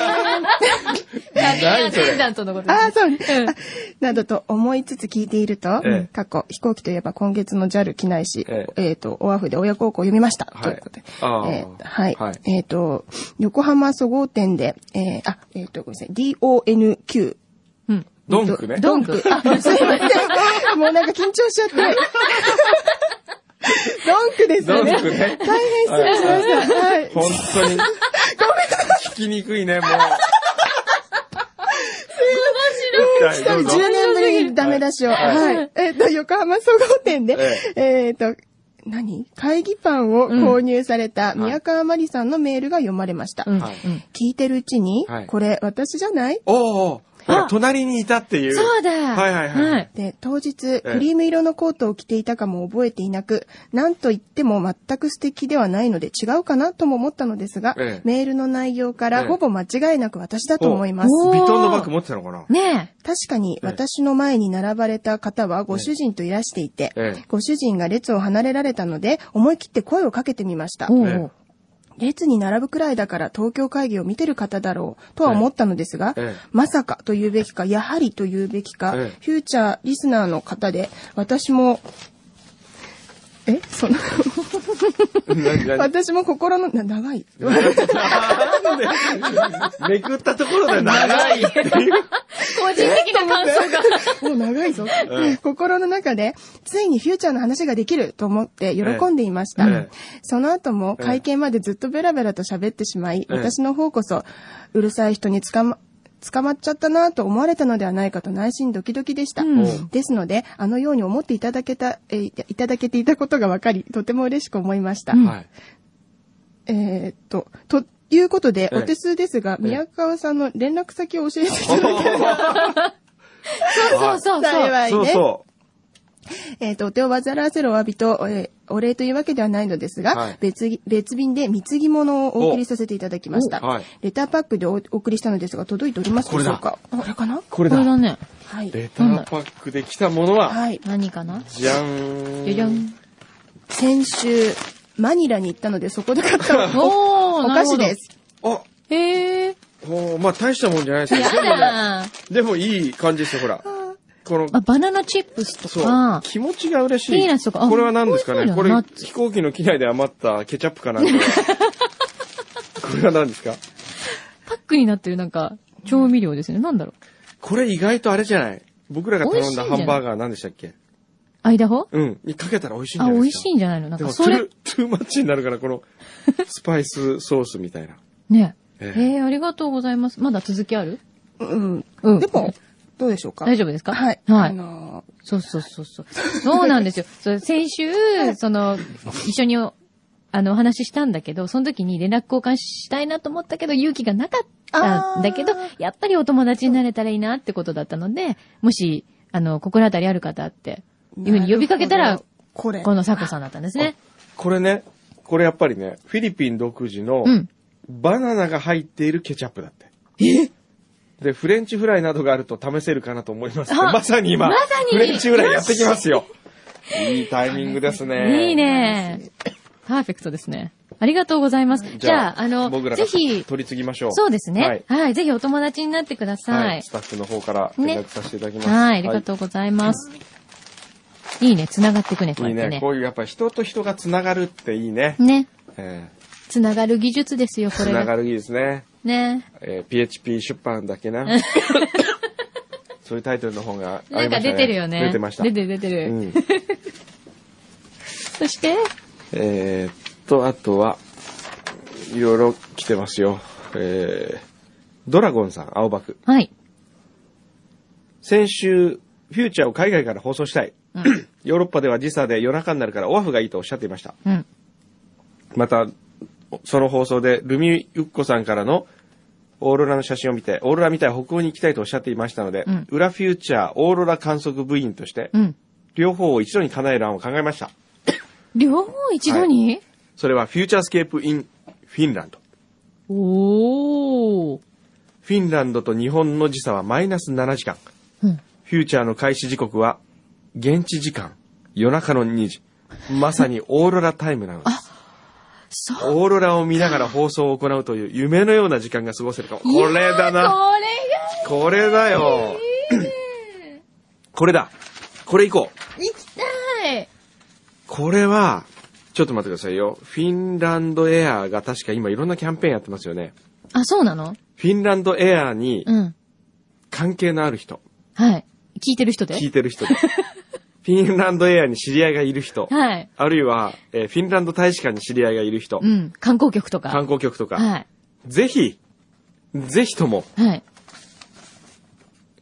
S4: ビア
S3: 何それ
S4: テンダントのこと
S2: ああ、そう、
S4: ん
S2: あなどと思いつつ聞いていると、
S3: ええ
S2: 過去、飛行機といえば今月の JAL 機内し、
S3: え
S2: えっ、と、オアフで親孝行を読みました。
S3: はい
S2: ということで。
S3: ああ
S2: えーはい。
S3: はい
S2: えっ、と、横浜そごう店で、えーあ、えっ、と、ごめんなさい、DONQ。
S4: うん。
S3: ドンクね。
S4: ドンク。あ、
S2: すいま せん。もうなんか緊張しちゃって。ドンクです
S3: ド
S2: よ
S3: ン
S2: ね。
S3: クね。
S2: 大変失礼しました。はい。
S3: 本当に。聞きにくいね、もう。面
S2: 多分10年ぶりにダメ出しを。
S3: はい
S2: はい。えっ、と、横浜総合店で、
S3: え
S2: えっ、と、何会議パンを購入された宮川真理さんのメールが読まれました。
S4: うん。うん
S3: はい
S2: 聞いてるうちに、
S3: はい
S2: これ私じゃない
S3: おうおうほら隣にいたっていう。
S4: そうだ。
S3: はいはいはい
S2: で、当日、
S3: え
S2: クリーム色のコートを着ていたかも覚えていなく、何と言っても全く素敵ではないので違うかなとも思ったのですが、
S3: ええ
S2: メールの内容か
S3: ええ
S2: らほぼ間違いなく私だと思います。
S4: お
S3: ビトンのバッグ持ってたのかな
S4: ね
S2: 確かに私の前に並ばれた方はご主人といらしていて、
S3: ええ
S2: ご主人が列を離れられたので思い切って声をかけてみました
S4: え。。お
S3: え
S4: う
S2: 列に並ぶくらいだから東京会議を見てる方だろうとは思ったのですが、
S3: ええ
S2: まさかと言うべきか、やはりと言うべきか、
S3: ええ
S2: フューチャーリスナーの方で私もえその、
S3: 何何
S2: 私も心の、な、長い。
S3: めくったところで長い。
S4: 個人的な感想が。
S2: もう長いぞ。心の中で、ついにフューチャーの話ができると思って喜んでいました。
S3: ええ
S2: その後も会見までずっとベラベラと喋ってしまい、
S3: ええ
S2: 私の方こそうるさい人に捕ま、捕まっちゃったなと思われたのではないかと内心ドキドキでした。
S4: うん
S2: ですので、あのように思っていただけた、えーいたいただけていたことが分かり、とても嬉しく思いました。
S4: うん
S3: はい。
S2: えーっと、ということで、
S3: ええ
S2: お手数ですが、
S3: え
S2: 宮川さんの連絡先を教えていただければ
S4: そうそうそう。
S2: 幸い
S3: そう
S2: ね。
S3: そ
S2: えっ、と、お手を煩わせるお詫びと、えーお礼というわけではないのですが、
S3: はい
S2: 別ぎ別便で貢ぎ物をお送りさせていただきました。
S3: おはい
S2: レターパックでおお送りしたのですが、届いておりますでしょうかこれかな
S3: う。これ
S4: これだ
S3: だ。
S4: ね。
S2: はい。
S3: レターパックで来たものは、
S2: はい。
S4: 何かな
S3: じゃーん。
S4: じゃじゃん。
S2: 先週、マニラに行ったので、そこで買ったの
S4: おー、
S2: お菓子で。す。
S3: あ、
S4: へー。
S3: ほうまあ大したもんじゃないですけど、でもね、
S4: あ
S3: でもいい感じですよ、ほら。この、
S4: バナナチップスと
S3: そう
S4: か。、
S3: 気持ちが嬉しい。
S4: ピーナッツとかあ
S3: これは何ですかね
S4: 美味しそ
S3: こ
S4: うだ
S3: れ
S4: な、
S3: 飛行機の機内で余ったケチャップかなんか。 これは何ですか
S4: パックになってるなんか、調味料ですね。なんだろ
S3: これ意外とあれじゃない僕らが頼んだ
S4: 美味しいんじゃな
S3: ハ
S4: い
S3: ンバーガー何でしたっけ
S4: う。アイダホ
S3: うん。にかけたら美味しいんじゃ
S4: あ、
S3: ない
S4: 美
S3: で
S4: 味
S3: すか
S4: しいんじゃないのなん
S3: で
S4: か、
S3: も、
S4: そ
S3: トゥ
S4: れ
S3: ー、、トゥーマッチになるから、この、スパイスソースみたいな。
S4: ね。え
S3: ええ
S4: ー、ありがとうございます。まだ続きある
S2: うん。
S4: うん
S2: でも、どうでしょうか
S4: 大丈夫ですか
S2: はい。
S4: はい
S2: あの
S4: そうそうそうそう。そうなんですよ。そう先週、その、一緒にお、あの、お話ししたんだけど、その時に連絡交換したいなと思ったけど、勇気がなかったんだけど
S2: あ、
S4: やっぱりお友達になれたらいいなってことだったので、もし、あの、心当たりある方って、
S2: ー
S4: いうふうに呼びかけた
S2: な
S4: ら
S2: るほ、どこれ。
S4: このサコさんだったんですね。
S3: これね、これやっぱりね、フィリピン独自の
S4: う、ん。
S3: バナナが入っているケチャップだって。えで、フレンチフライなどがあると試せるかなと思いますって。
S4: あ
S3: まさに今、
S4: まさに
S3: フレンチフライやってきますよ。いいタイミングですね。
S4: いい。ね。パーフェクトですね。ありがとうございます。じゃあ、あの
S3: 僕、らが
S4: ぜひ、
S3: 取り次ぎましょう。
S4: そうです
S3: は
S4: ね
S3: い。。
S4: はい。ぜひお友達になってくだ
S3: は
S4: さ
S3: い。
S4: い
S3: ス。タッフの方から連絡させていただきます。
S4: はい、ありがとうございます。い、いね、繋がってくね、こうや
S3: いい
S4: って
S3: ね。
S4: ね。
S3: こういうやっぱ人と人がつながるっていいね。
S4: ね、
S3: え
S4: 繋がる技術ですよ、こ
S3: ーつ
S4: れ
S3: なが
S4: が。
S3: るいいですね。
S4: ね。
S3: えー PHP 出版だっ けな。そういうタイトルの方があ
S4: な
S3: り
S4: ん
S3: ま
S4: か
S3: したね。
S4: 出てるよね。
S3: 出てました。
S4: 出てる出てる。
S3: うん
S4: そして、
S3: えーっと、あとは、いろいろ来てますよ。えー、ドラゴンさん、青爆。
S4: はい。
S3: 先週、フューチャーを海外から放送したい。ヨーロッパでは時差で夜中になるからオアフがいいとおっしゃっていました。
S4: うん。
S3: また、その放送で、ルミユッコさんからのオーロラの写真を見て、オーロラみたい北欧に行きたいとおっしゃっていましたので、
S4: うん
S3: 裏フューチャーオーロラ観測部員として、
S4: うん。
S3: 両方を一度に叶える案を考えました。
S4: 両方一度に、
S3: それはフューチャースケープインフィンランド。
S4: おー。
S3: フィンランドと日本の時差はマイナス7時間。
S4: うん。
S3: フューチャーの開始時刻は、現地時間、夜中の2時。まさにオーロラタイムなのです。
S4: そう。
S3: オーロラを見ながら放送を行うという夢のような時間が過ごせるかも。これだ
S4: いやー
S3: な。
S4: これ
S3: これだよ。これだ。これいこう。
S4: が行きたい。
S3: これは、ちょっと待ってくださいよ。フィンランドエアーが確か今いろんなキャンペーンやってますよね。
S4: あ、そうなの
S3: フィンランドエアーに
S4: うん。
S3: 関係のある人、
S4: はい。聞いてる人で
S3: 聞いて る人で。フィンランドエアーに知り合いがいる人。
S4: はい。
S3: あるいは、えーフィンランド大使館に知り合いがいる人、
S4: うん。観光局とか。
S3: 観光局とか、
S4: はい。
S3: ぜひ、ぜひとも、
S4: はい。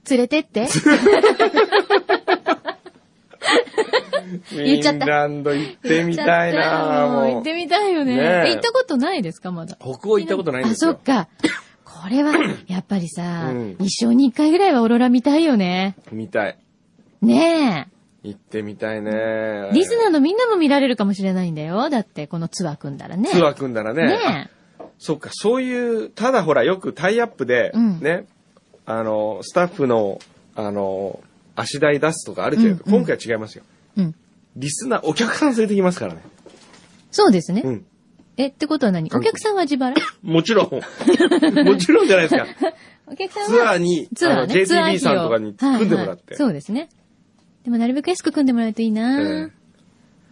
S4: 連れて って。
S3: フ
S4: 言っちゃ
S3: ィ
S4: っ
S3: ン
S4: た
S3: ランド行ってみたいな
S4: もう行
S3: も
S4: っ
S3: う。
S4: てみたいよね。
S3: ねえ
S4: え行ったことないですかまだ。
S3: 北欧行ったことないんですよ。
S4: あ、そっ か。これは、やっぱりさ、
S3: うん
S4: 一生に一回ぐらいはオーロラ見たいよね。
S3: 見たい。
S4: ね
S3: 行ってみたいね
S4: え。。リスナーのみんなも見られるかもしれないんだよ。だって、このツアー組んだらね。
S3: ツアー組んだらね。あ
S4: ね
S3: そっか、そういう、ただほら、よくタイアップで、
S4: うん
S3: ね、あの、スタッフの、あの、足台出すとかあるけど、
S4: うんうん
S3: 今回は違いますよ。
S4: え。うん。
S3: リスナー、お客さん連れてきますからね。
S4: そうですね。
S3: うん。
S4: え、ってことは何お客さんは自 腹
S3: もちろん。もちろんじゃな いですか。
S4: お客さんは。
S3: ツアーに、
S4: ツアー
S3: あの
S4: ね。ツアー
S3: JTB さん
S4: 費用
S3: とかに組んで
S4: は
S3: もらって。
S4: いはいそうですね。でもなるべく安く組んでもらえるといいな、
S3: え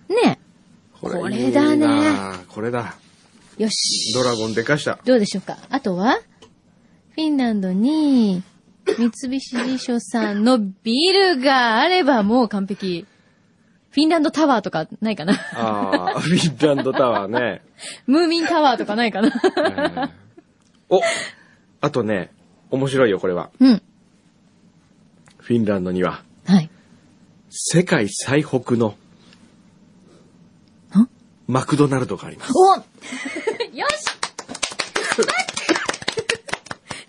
S3: え
S4: ね
S3: こ
S4: これだね
S3: いいなあこれだ。
S4: よし。
S3: ドラゴンでかした。
S4: どうでしょうかあとは、フィンランドに、三菱地所さんのビルがあればもう完璧。フィンランドタワーとかないか な
S3: あ あ、フィンランドタワーね。
S4: ムーミンタワーとかないかな
S3: えーお、あとね、面白いよ、これは。
S4: うん。
S3: フィンランドには、
S4: はい。
S3: 世界最北の
S4: ん、
S3: マクドナルドがあります。
S4: お よし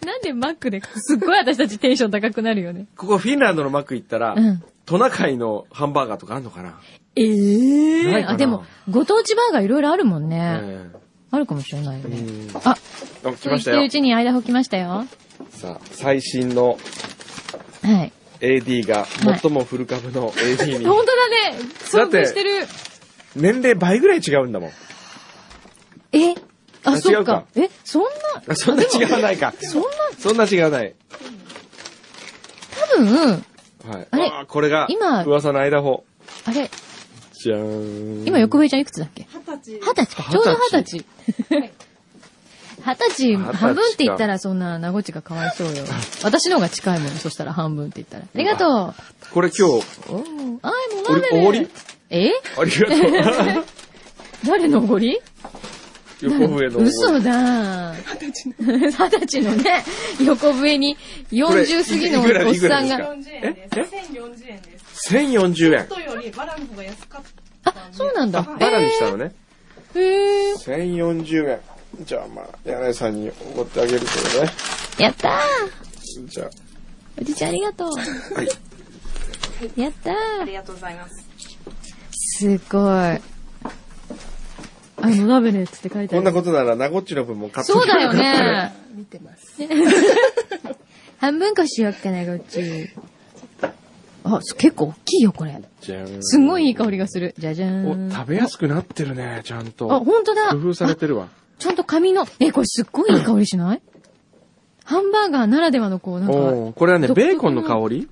S4: なんでマックですっごい私たちテンション高くなるよね。
S3: ここフィンランドのマック行ったら、
S4: うん
S3: トナカイのハンバーガーとかあるのかな、
S4: ええ
S3: ないかな
S4: あ、でも、ご当地バーガーいろいろあるもんね。
S3: え
S4: あるかもしれないよ
S3: えう
S4: ね。
S3: ん
S4: あ、
S3: あ来
S4: そう言
S3: ま
S4: っ
S3: してた
S4: る
S3: よ
S4: う。ちに間を来ましたよ。
S3: さあ、最新の
S4: はい。
S3: AD が最も古株の AD に、
S4: 本当だね遭遇してる
S3: 年齢倍ぐらい違うんだもん。
S4: え
S3: あ
S4: あ、そ
S3: 違
S4: っ
S3: うか
S4: か。え、そん
S3: あ
S4: な、
S3: そんな違わな いか。
S4: そんな、
S3: そんな違わない。
S4: 多分、
S3: はい。
S4: あれ
S3: ーこれが、
S4: 今
S3: 噂の間法。
S4: あれ、
S3: じゃーん。
S4: 今、横笛ちゃんいくつだっけ二十歳か。ちょうど二
S3: 二
S4: 十歳。二十歳、
S3: 二十歳か
S4: 半分って言ったらそんな、名ごちがかわいそうよ。私の方が近いもん、そしたら半分って言ったら。ありがと
S3: これ今日、
S4: う。おーあー、もう
S3: お
S4: ラー
S3: り
S4: メン
S3: おごり
S4: え
S3: ありが とう。
S4: 誰のおごり
S3: 横笛のおごり。
S4: 嘘だ。二十歳のね、横笛に
S3: これ
S4: 40過ぎの
S3: いくら
S4: おっさん
S3: いくら
S4: が。
S5: 1040円です。1040円です。
S3: 1040円。
S5: 人よりバラの方が安かっ
S4: あ、そうなん
S3: あ、
S4: だ。
S3: バラにしたのね。
S4: えーへー
S3: 1040円。じゃあまあ、柳井さんにおごってあげるけどね。
S4: やったー
S3: じゃあ、
S4: おじちゃんありがとう。
S3: はい。
S4: やった
S5: た。あ
S4: ー
S5: りがとうございます。
S4: すごい。あの、鍋のやつって書いてあ
S3: こんな
S4: る。
S3: ことなら、なごっちの分も買って
S4: そうだよね。
S2: 見てます。
S4: 半分こしよっかな、こっち。あ、す結構大きいよ、これ。
S3: じゃん。
S4: すんごいいい香りがする。じゃじゃ
S3: お
S4: ーん。あ、
S3: 食べやすくなってるね、ちゃんと。
S4: ほんとだ。
S3: 工夫されてるわ。
S4: ちゃんと紙の、え、これすっごいいい香りしないハンバーガーならではのこう、なんか、
S3: おーこれはね、
S4: 独特な
S3: ベーコンの香り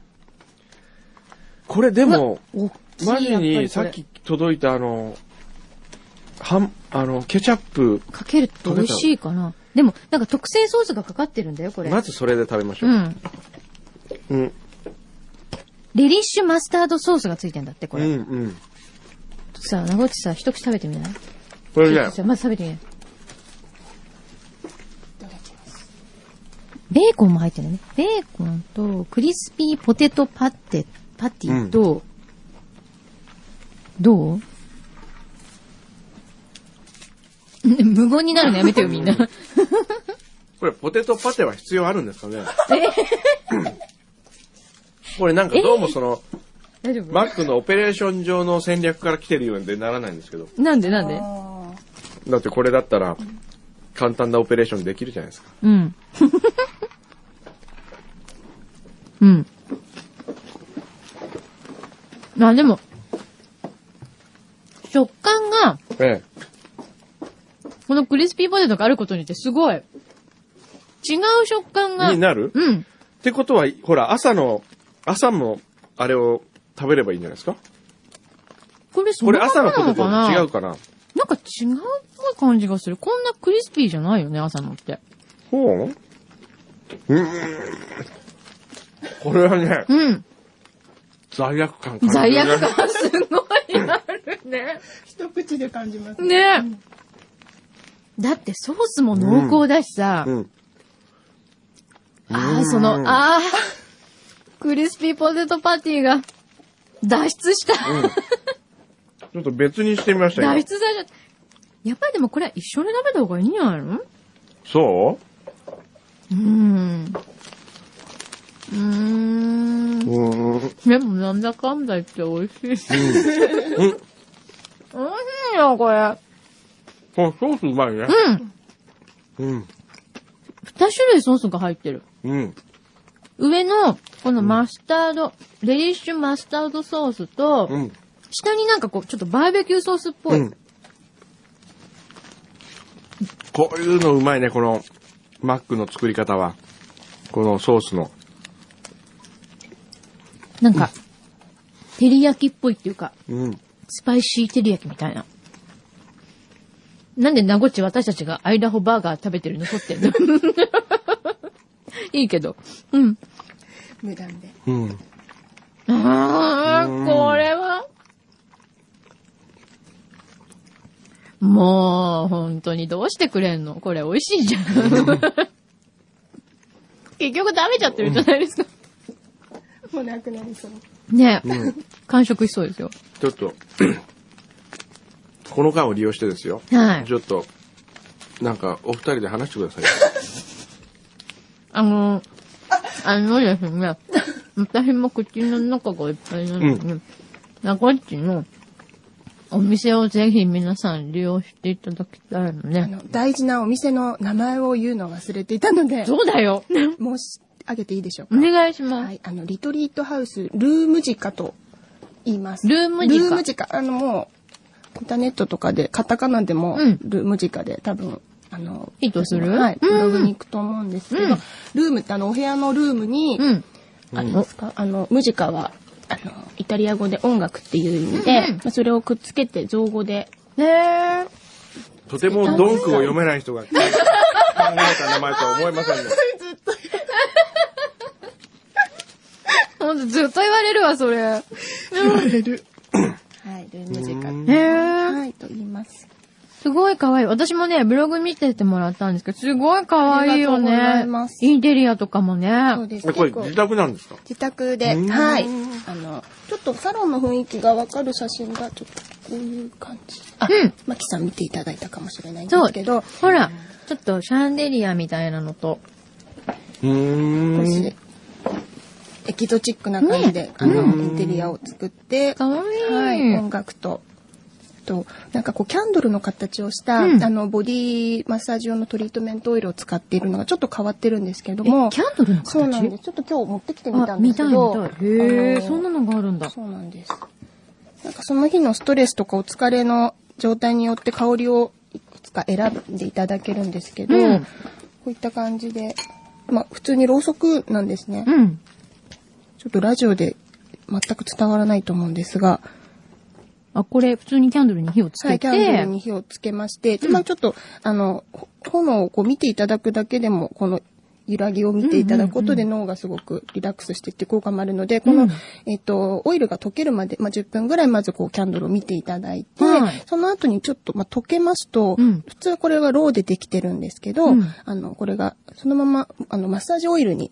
S3: これでも、
S4: 大きい。
S3: マジに
S4: やぱ
S3: さ
S4: り
S3: っ
S4: これ
S3: き届いたあの、はん、あの、ケチャップ、
S4: かけると美味しいかな。でも、なんか特製ソースがかかってるんだよ、これ。
S3: まずそれで食べましょ
S4: う
S3: う。
S4: ん。
S3: うん。
S4: デリッシュマスタードソースがついてんだって、こ
S3: うん、
S4: れ。
S3: うん。
S4: さあ、なごっちさ、一口食べてみない
S3: こ
S4: ち
S3: れ
S4: ょっ
S3: ね
S4: と、さまず食べてみないベーコンも入ってるね。ベーコンと、クリスピーポテトパテ、パティと、どう 無言になるのやめてよ、みんな。
S3: これポテトパテは必要あるんです かねこれなんかどうもその、
S4: 大丈夫
S3: マックのオペレーション上の戦略から来てるようでならないんですけど。
S4: なんでなんで
S3: だってこれだったら、簡単なオペレーションできるじゃないですか。
S4: うん。 うん。あ、でも、食感が、
S3: え
S4: このクリスピーポテトがあることによってすごい、違う食感が。
S3: になる
S4: うん。
S3: ってことは、ほら、朝の、朝も、あれを食べればいいんじゃないですか
S4: これそ
S3: こ
S4: の
S3: れ
S4: まま
S3: 朝のポ
S4: な
S3: テ
S4: の
S3: ト
S4: かな
S3: と違うかな
S4: なんか違うっぽい感じがする。こんなクリスピーじゃないよね、朝のって。
S3: ほううーん。これはね、
S4: うん。
S3: 罪悪感感じるね
S4: 罪悪感すごいあるね。
S2: 一口で感じます。
S4: ねだってソースも濃厚だしさ、
S3: うん。
S4: ああ、その、ああ、クリスピーポテトパティが脱出した。
S3: ちょっと別にしてみました
S4: 脱
S3: よ。
S4: 出されちゃった。やっぱりでもこれは一緒に食べた方がいいんじゃないの
S3: そう
S4: ーん。うーん。
S3: うん。
S4: でもなんだかんだ言って美味しい。美味しいよ、これ。
S3: このソースうまいね。
S4: うん。
S3: うん。
S4: 二種類ソースが入ってる。
S3: うん。
S4: 上の、このマスタード、デリッシュマスタードソースと、
S3: うん。
S4: 下になんかこう、ちょっとバーベキューソースっぽい。
S3: うん。こういうのうまいね、この、マックの作り方は。このソースの。
S4: なんか、照り焼きっぽいっていうか、
S3: うん。
S4: スパイシー照り焼きみたいな。なんで名護っち私たちがアイラホバーガー食べて るの撮ってんのいいけど。うん。
S2: 無断で。
S1: うん。
S4: ああ、これは。もう、本当にどうしてくれんのこれ美味しい じゃん。結局食べちゃってるじゃないですか。
S2: もうなくなりそう。
S4: ねえ、完食しそうですよ。
S6: ちょっと、この間を利用してですよ。
S4: はい
S6: ちょっと、なんか、お二人で話してください。
S4: あの、あのですね、私も口の中がいっぱいなので、名古屋市のお店をぜひ皆さん利用していただきたいの
S2: あ
S4: ね。
S2: の、大事なお店の名前を言うのを忘れていたので、
S4: そうだ よ。
S2: 申し上げていいでしょう
S4: お
S2: か。
S4: 願いします。
S2: はい、あの、リトリートハウス、ルームジカと言います。
S4: ルームジカ
S2: ルームジカ。あの、もう、インターネットとかで、カタカナでも、
S4: うん
S2: ルームジカで多分、あの、
S4: ヒットする
S2: はい、
S4: うん
S2: ブログに行くと思うんですけ
S4: う
S2: ど、
S4: ん
S2: ルームってあの、お部屋のルームに、
S4: うん。
S2: ありますかあの、ムジカは、あの、イタリア語で音楽っていう意味で、
S4: うんうん
S2: まあそれをくっつけて、造語で、
S4: ねえ。
S6: とてもドンクを読めない人が考えた名前とは思えませんね。
S4: ほんとずっと言われるわ、それ。
S2: はい、ルームジカ。
S4: ねえ。
S2: はい、と言います。
S4: すごい可愛い。私もね、ブログ見ててもらったんですけど、すごい可愛いよ
S2: ありがとうござ
S4: ね
S2: います。
S4: インテリアとかも
S2: そう
S4: ね。
S2: です。
S6: えこれ
S2: 結構
S6: 自宅なんですか
S2: 自宅で、はい。あの、ちょっとサロンの雰囲気がわかる写真が、ちょっとこういう感じ。あ、
S4: うん
S2: マキさん見ていただいたかもしれないんで
S4: そう
S2: すけど、。
S4: ほら、ちょっとシャンデリアみたいなのと。
S2: 少し、エキゾチックな感じで、あの、インテリアを作って、
S4: 可愛い
S2: はい、音楽と、あと、なんかこう、キャンドルの形をした、
S4: うん
S2: あの、ボディマッサージ用のトリートメントオイルを使っているのがちょっと変わってるんですけれども、
S4: えキャンドルの形
S2: そうなんです。ちょっと今日持ってきてみた
S4: あ、
S2: んで
S4: 見
S2: す
S4: たい
S2: け
S4: 見
S2: ど、
S4: たい。へ
S2: あ
S4: え、
S2: の
S4: そんなのがあるんだ。
S2: そうなんです。なんかその日のストレスとかお疲れの状態によって香りをいくつか選んでいただけるんですけど、
S4: うん
S2: こういった感じで、まあ普通にろうそくなんですね。
S4: うん。
S2: ちょっとラジオで全く伝わらないと思うんですが、
S4: あ、これ、普通にキャンドルに火をつ
S2: は
S4: け
S2: い、キ
S4: て。
S2: ャンドルに火をつけまして、でまあちょっと、あの、ほ炎をこう見ていただくだけでも、この揺らぎを見ていただくことで脳がすごくリラックスしていって効果もあるので、この、
S4: うん
S2: えっと、オイルが溶けるまで、まあ10分ぐらいまずこうキャンドルを見ていただいて、
S4: はい
S2: その後にちょっと、まあ溶けますと、
S4: うん
S2: 普通はこれはローでできてるんですけど、
S4: うん
S2: あの、これがそのまま、あの、マッサージオイルに、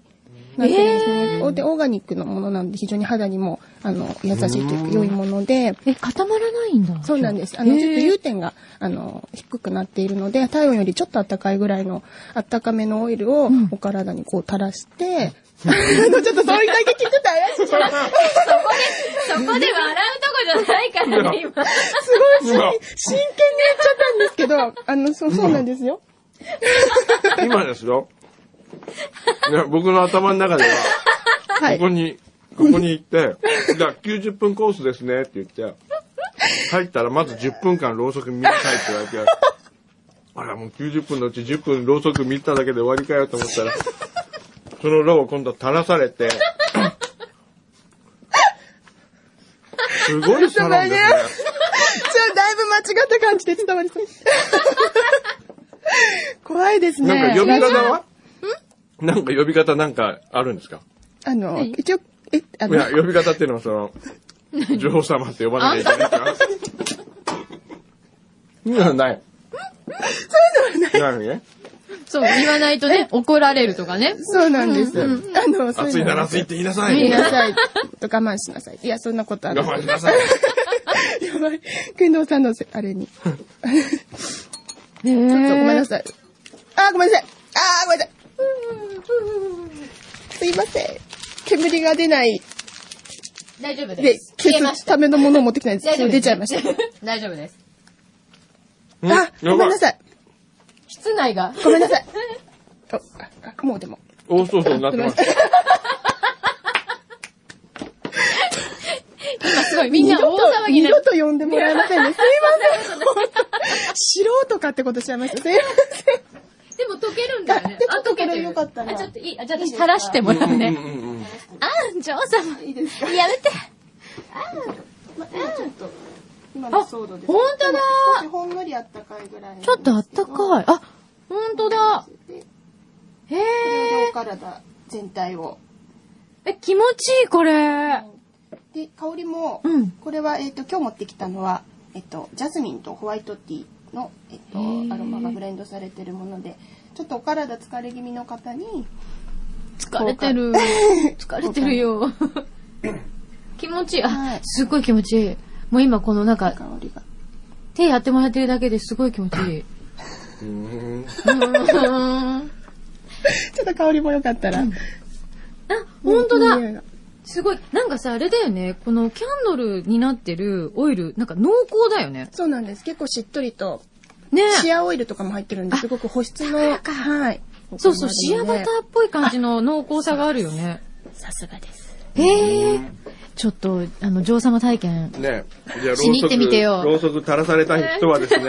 S2: なってるんですねで、オーガニックのものなので非常に肌にも、あの、優しいというか良いもので、
S4: え、固まらないんだ。
S2: そうなんです。あの、
S4: へー
S2: ちょっと融点が、あの、低くなっているので、体温よりちょっと暖かいぐらいの、暖かめのオイルをお体にこう垂らして、あのちょっとそういうだけ聞くと怪しいじゃない
S4: そこで笑うとこじゃないからね、 今。
S2: すごい真真剣に言っちゃったんですけど、あの、そう、そうなんですよ。
S6: 今ですよ。いや僕の頭の中では、
S2: はい
S6: ここ。に、ここに行って、じゃあ90分コースですねって言って、入ったらまず10分間ろうそく見なさいって言われて、あら、もう90分のうち10分ろうそく見ただけで終わりかよと思ったら、そのろうを今度垂らされて、すごいサロンですね。
S2: ちょ、だいぶ間違った感じで伝わりそう。怖いですね。
S6: なんか呼び方はなんか呼び方なんかあるんですか
S2: あの、一応、え、あ
S6: い
S2: の
S6: や、、呼び方っていうのはその、女王様って呼ばなきゃいけないから。うん、ない。そういうのはない。ないね。
S4: そう、言わないとね、怒られるとかね。
S2: そうなんです。あの、そう
S6: 暑い
S2: うの
S6: なら暑いって言いなさ
S2: 言い
S6: い。
S2: なさい。と我慢しなさい。いや、そんなことある
S6: 我。慢しなさい。
S2: やばい。くんどうさんのせ、あれに。ちょっ
S4: へえ。
S2: とごめんなさい。あー、ごめんなさい。あー、ごめんなさい。すいません。煙が出ない
S4: 大丈夫
S2: で
S4: です。消え
S2: 消
S4: ますした。
S2: ためのものを持ってきたんです。
S4: 大丈夫です
S2: 出ちゃいました。
S4: 大丈夫です。
S2: あ、ごめんなさい。
S4: 室内が。
S2: ごめんなさい。おあもうでも。
S6: 大そうそうになってます。
S4: 今すごい、みんな大騒ぎ
S2: 二
S4: にな
S2: 度
S4: る。
S2: と呼んでもらえませんね。すいま せん。素人かってことしちゃいました。すいません。
S4: でも溶けるんだよ ね。
S2: あ溶けるよかったな
S4: あ、ちょっといい。あ、じゃあ私垂らしてもらうね。あ、女王様。いいですかやめて。あ、
S2: 今のソードです。
S4: 本当だ
S2: 少しほんのりあったかいぐらいなんです
S4: ちょっ
S2: け
S4: と
S2: ど。
S4: あったかい。あ、ほんとだ。
S2: で。
S4: へ
S2: これでお
S4: え。
S2: 体全体を。
S4: え、気持ちいい、これ。
S2: で、香りも、
S4: うん
S2: これは、えっ、と、今日持ってきたのは、えっ、と、ジャスミンとホワイトティーの、えっ、
S4: へー
S2: と、アロマがブレンドされてるもので、ちょっとお体疲れ気味の方に、
S4: 疲れてる。疲れてるよ。 気持ちいい。
S2: は
S4: あ
S2: い、
S4: すっごい気持ちいい。もう今このなんか、
S2: 香りが。
S4: 手やってもらってるだけですごい気持ちいい。う
S3: うん。
S4: ーん
S2: ちょっと香りもよかったら。
S4: あ、ほんとだ
S2: いい。匂いが
S4: すごい。なんかさ、あれだよね。このキャンドルになってるオイル、なんか濃厚だよね。
S2: そうなんです。結構しっとりと、
S4: ね
S2: シアオイルとかも入ってるんですごく保湿の、はい。
S4: そうそう、シアバターっぽい感じの濃厚さがあるよね。
S2: さすがです。
S4: へえ。ちょっと、あの、女王様体験。
S3: ねえ。じゃあ、ろう
S4: しに行
S3: そ
S4: って
S3: く、
S4: みてよ
S3: ろうそく垂らされた人はですね、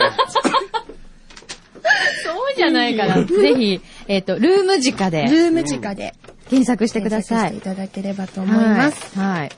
S4: そうじゃないから。ぜひ、えっ、と、ルーム直
S2: ル
S4: で
S2: ーム直で
S4: 検索してくだ
S2: 検索
S4: さ
S2: し
S4: い。
S2: ていただければと思います。
S4: はい。はい。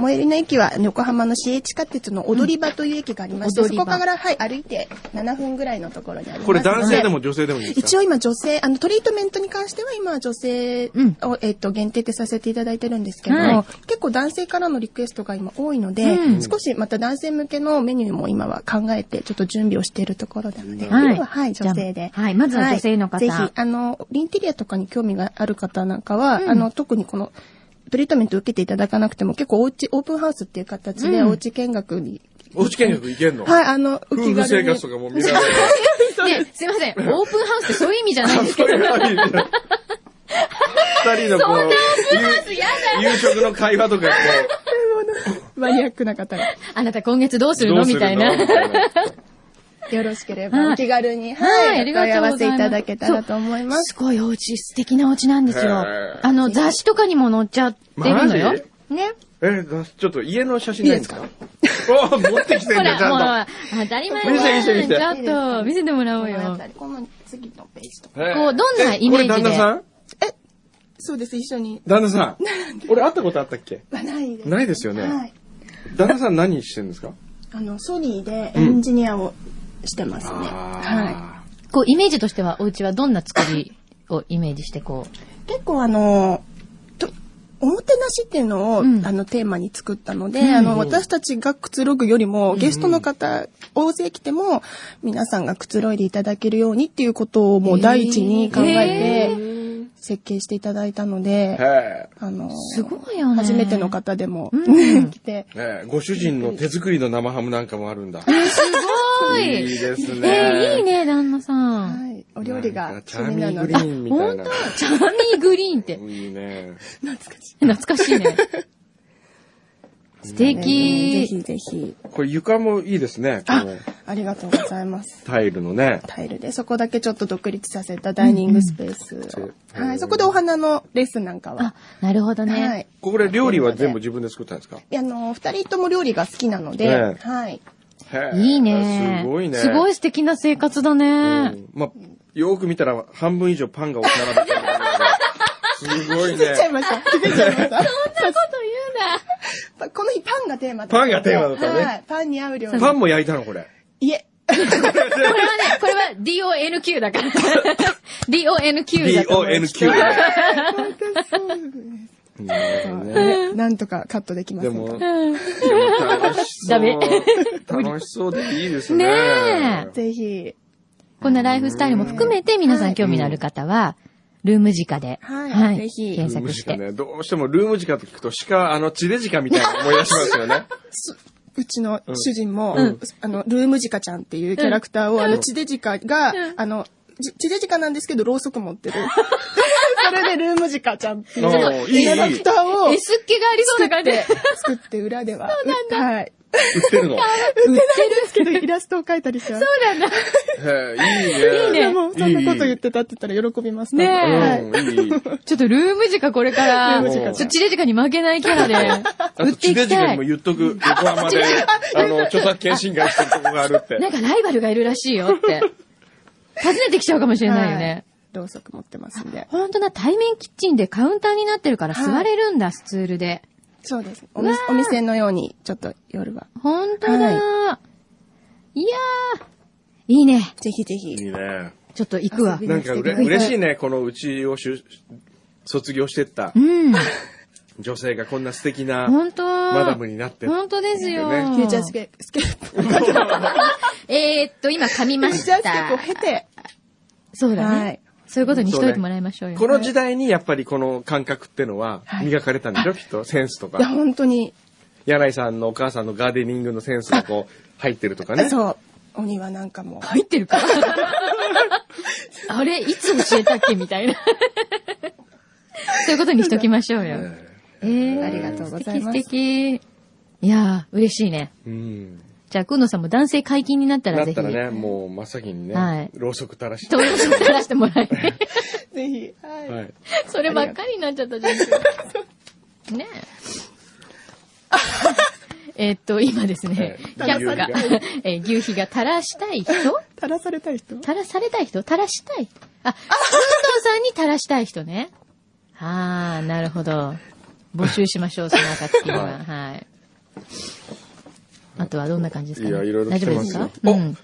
S2: 最寄りの駅は横浜の市営地下鉄の踊り場という駅がありまして、
S4: うん踊
S2: そ
S4: り場
S2: こから、はい、歩いて7分ぐらいのところにあります。
S3: これ男性でも女性でもいいんです
S2: 一
S3: か
S2: 応今女性、あのトリートメントに関しては今は女性を、
S4: うん
S2: えっと限定でさせていただいてるんですけども、
S4: はい
S2: 結構男性からのリクエストが今多いので、
S4: うん
S2: 少しまた男性向けのメニューも今は考えてちょっと準備をしているところなので、
S4: はい
S2: 今ははい、女性で。
S4: じゃあはいまずは女性の方
S2: ぜひ、あの、インテリアとかに興味がある方なんかは、
S4: うん
S2: あの、特にこの、トリートメント受けていただかなくても結構おうち、オープンハウスっていう形で
S4: うん
S2: おうち見学に、
S3: おうち見学行けんの
S2: はい、あの、
S3: 夫婦生活とかも見られる。
S4: ね、すいません。オープンハウスってそういう意味じゃないんですけ
S3: そ
S4: ど。
S3: れよりね二人のこう、夕夕食の会話とかこ
S2: マニアックな方が。
S4: あなた今月どうす
S3: う、
S4: る
S3: ど
S4: の
S3: うす
S4: み
S3: る
S4: たいな
S3: の。みたいな。
S2: よろしけ
S4: は
S2: れ
S4: い
S2: ば、お気軽に、
S4: は
S2: はいい、
S4: あり
S2: お
S4: が
S2: 問
S4: とう
S2: い合
S4: ご
S2: わ
S4: ざ
S2: せ
S4: い
S2: い
S4: ます
S2: ただけたらと思います。
S4: すごいお家、素敵なお家なんですよ
S3: へ。ー
S4: あの、雑誌とかにも載っちゃってるのよ
S3: マジ。
S4: ね。
S3: え、だちょっと家の写真ないんですかおー持ってき
S4: ほ
S3: てんじゃ
S4: ら、
S3: ん、ちゃ
S4: も
S3: んと。
S4: う、当たり前
S3: 見せ見せ見せ
S4: ちょっと、見せてもらおう
S2: この
S4: よ。
S2: 辺りこの次のページとか。
S3: え
S4: こうどんなイメージで
S3: これ旦那さん
S2: そうです、一緒に。
S3: 旦那さん。俺会ったことあったっけ
S2: はないです。
S3: ないですよね。
S2: はい。
S3: 旦那さん何してんですか
S2: あの、ソニーでエンジニアをしてますね。は
S3: あ
S4: こう、イメージとしては、お家はどんな作りをイメージして、こう。
S2: い。結構あの、とおもてなしっていうのを、
S4: うん
S2: あのテーマに作ったので、
S4: うん
S2: あの私たちがくつろぐよりも、ゲストの方大勢来ても皆さんがくつろいでいただけるようにっていうことをもう第一に考えて設計していただいたので、
S3: ーへ
S2: あの、
S4: すごいよね。
S2: 初めての方でも、
S4: うん
S2: 来て、
S3: え。ねえご主人の手作りの生ハムなんかもあるんだ。
S4: すごい。
S3: いいですね
S4: えーいいね、旦那さん。
S2: はい、お料理
S3: なん
S2: が
S3: かチ
S2: 趣
S3: ャー
S2: 味
S3: ミーグ
S2: なの
S3: リ
S2: で、
S3: ーンみたい
S4: 本
S3: な
S4: 当。チャーミーグリーンっ て。
S3: いいね。
S4: 懐かしいね。素
S2: ぜ
S4: 敵。
S2: ひぜひ、
S3: これ床もいいですね。こ
S2: あ
S3: の、
S2: ありがとうございます。
S3: タイルのね。
S2: タイルで、そこだけちょっと独立させたダイニングスペース
S3: うんうん
S2: を。はい、そこでお花のレッスンなんか
S4: あ
S2: は。、
S4: なるほどね。
S2: はい。
S3: これ料理は全部自分で作ったんですか
S2: いやあの、二人とも料理が好きなので、
S3: ねえ
S2: はい。
S3: へえ
S4: いいね。
S3: すごいね。
S4: すごい素敵な生活だね。
S3: うんまあ、よーく見たら半分以上パンが置き並べてるすごい
S2: 気づい ちゃい
S3: ね。
S2: ました。気づいちゃいました。
S4: そんなこと
S2: パこの日パンがテーマ
S3: パンがテーマだったね
S2: はい。パンに合う料理。
S3: パンも焼いたのこれ。
S2: いえ。
S4: 言うな。これはね、これは DONQ だから。DONQ だから。
S3: D-O-N-Q。
S2: ねなんとかカットできま
S3: で
S2: せんか
S3: も、でも楽しそ
S4: ダメ
S3: う。楽しそうでいいですね。
S4: ね
S2: ぜひ、
S4: こんなライフスタイルも含めて皆さん興味のある方は、ルーム直で、
S2: はいぜひ
S4: 検
S3: ルー
S4: 索
S3: ム時
S4: し
S3: 間
S4: て。
S3: ね。どうしてもルーム時間って聞くと鹿、あの、地デジカみたいな思い出しますよね。
S2: うちの主人も、あの、ルームジカちゃんっていうキャラクターを、あの、地デジカが、あの、じ地デジカなんですけど、ろうそく 持ってる。それでルームジカちゃんっていう
S3: お
S2: キ
S3: ーいい、いい。
S2: ャラ
S3: 売
S2: クターを
S4: S っ気がありそうな感じ。
S2: 作って裏では、はい。
S3: ってるの。へ
S2: 売ってないですけど、イラストを描いたりしてます。そ
S3: え
S2: う
S3: いいね。
S2: でも、そんなこと言ってたって言ったら喜びます。多分
S4: ねえ
S2: はい。
S3: うん、いいい
S4: ち
S3: い。
S4: ょっとルーム時間これから、
S2: ル
S3: ーム時間
S4: ちょっと地デジカに負けないキャラで、
S3: あ
S4: 売
S3: と、
S4: ってい
S3: 地デ
S4: き
S3: ジ
S4: た
S3: カに
S4: い
S3: も。言っとく。横浜で、あの、著作権侵害してるとこがある って。
S4: なんかライバルがいるらしいよって。訪ねてきちゃうかもしれないよね。
S2: ろうそく持ってますんで。
S4: ほんとだ、対面キッチンでカウンターになってるから
S2: はい
S4: 座れるんだ、スツールで。
S2: そうです。おみお店のように、ちょっと夜は。
S4: ほんとだ。いやー、いいね。
S2: ぜひぜ
S3: い
S2: ひ。
S3: いね。
S4: ちょっと行くわ
S2: 遊び。に
S3: なんかうれ
S2: 来てくだ
S3: 嬉
S2: さ
S3: しいね、このうちをしゅ卒業してった
S4: うん。
S3: 女性がこんな素敵な
S4: 本当
S3: マダムになって。
S4: 本当ですよ。
S3: ね
S2: フューチャースケープ、スケープ、フュ
S4: えーっと、今噛みま
S2: ー
S4: し
S2: チャースケー
S4: た
S2: プを。経て、
S4: そうだね、
S2: はい
S4: そういうことにしといてもらいましょうよ。
S3: この時代にやっぱりこの感覚ってのは磨かれたんでしょ、きっと。センスと
S2: い
S3: か。
S2: や、本当に、
S3: 柳井さんのお母さんのガーデニングのセンスが こう入ってるとかね。
S2: そう、鬼はなんかもう、
S4: 入ってるかあれ、いつ教えたっけみたいな。そういうことにしときましょうよ。えー、
S2: ありがとうございます
S4: 素敵素敵。いやー、嬉しいね。
S3: うん。
S4: じゃあ、くんのさんも男性解禁になったら
S3: だ
S4: ぜ
S3: っ
S4: ひ。
S3: たらね、もう真っ先にね、
S4: はい
S3: ろうそく垂らして。
S4: 登録垂らしてもらえ。
S2: ぜひ、はい。
S3: はい。
S4: そればっかりになっちゃったじゃん。ねえ。えっと、今ですね、キ
S3: ええ
S4: ャンプが、 えー牛皮が垂らしたい人
S2: 垂らされたい人
S4: 垂らされたい人垂らしたいあ、運動さんに垂らしたい人 ね。あー、なるほど。募集しましょう、その暁には。はい。あとはどんな感じですか、ね、
S3: いやいろいろ
S4: 大
S3: 来
S4: 丈
S3: て
S4: 夫で
S3: ますすよ
S4: かうん。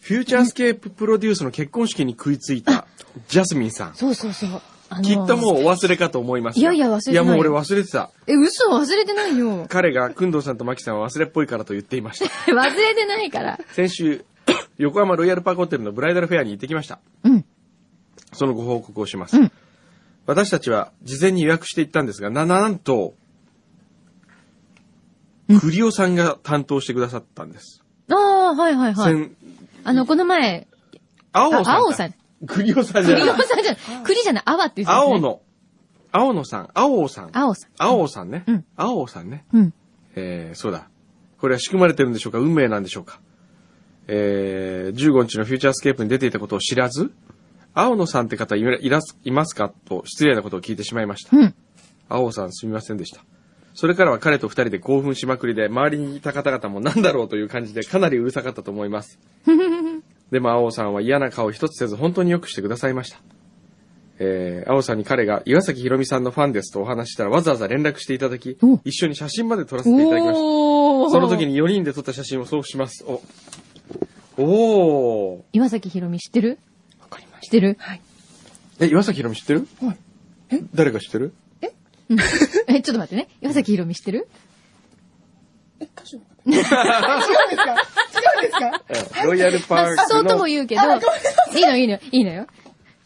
S3: フューチャースケーププロデュースの結婚式に食いついたジャスミンさん。
S4: そうそうそう。あの
S3: きっともうお忘れかと思いますよ。
S4: いやいや忘れてない
S3: いやもう俺忘れてた。
S4: え、嘘忘れてない よ。
S3: 彼が、くんどうさんとまきさんは忘れっぽいからと言っていま した。
S4: 忘れてないから。
S3: 先週、 横浜ロイヤルパークホテルのブライダルフェアに行ってきました。
S4: うん。
S3: そのご報告をします。
S4: うん
S3: 私たちは事前に予約して行ったんですが、な、ななんと、栗尾さんが担当してくださったんです。
S4: ああ、はいはいはい。
S3: 先
S4: あの、この前、
S3: 青さんか。
S4: あ青さん。
S3: 栗尾さんじゃ
S4: 栗
S3: な
S4: 山
S3: い。
S4: さんじゃない、栗じゃない、泡っていう人ですね
S3: 青。の、青野さん、青さん。
S4: 青さん。
S3: 青さんね。
S4: うん
S3: 青さんね。
S4: うん。
S3: えー、そうだ。これは仕組まれてるんでしょうか運命なんでしょうかえー、15日のフューチャースケープに出ていたことを知らず、青野さんって方いらいらすいますかと失礼なことを聞いてしまいました。
S4: うん。
S3: 青さんすみませんでした。それからは彼と二人で興奮しまくりで、周りにいた方々も何だろうという感じでかなりうるさかったと思 います。でも青さんは嫌な顔一つせず本当によくしてくださいました。えー、青さんに彼が岩崎ひろみさんのファンですとお話ししたらわざわざ連絡していただき
S4: お、
S3: 一緒に写真まで撮らせていただきました。
S4: おー
S3: その時。に4人で撮った写真を送付します。お。おー。
S4: 岩崎ひろみ知ってるわかりました。知ってる
S3: え、岩崎ひろみ知ってる
S2: はい
S3: え誰か知ってる
S4: うん。え、ちょっと待ってね。岩崎ひろみ知ってる
S2: え、歌手の方違うんですか違うんですか
S3: ロイヤルパ
S4: ま
S3: ー
S4: あ、そ
S3: ク
S4: うと
S3: の
S4: も言うけど、いいのいいの、いいのよ。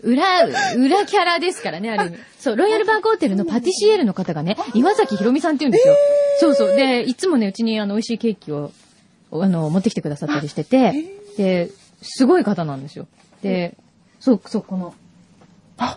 S4: 裏、裏キャラですからね、ある意味。そう、ロイヤルバークホテルのパティシエールの方がね、岩崎ひろみさんって言うんですよ。そうそう。で、いつもね、うちにあの、美味しいケーキを、あの、持ってきてくださったりしてて、で、すごい方なんですよ。で、そう、そう、この、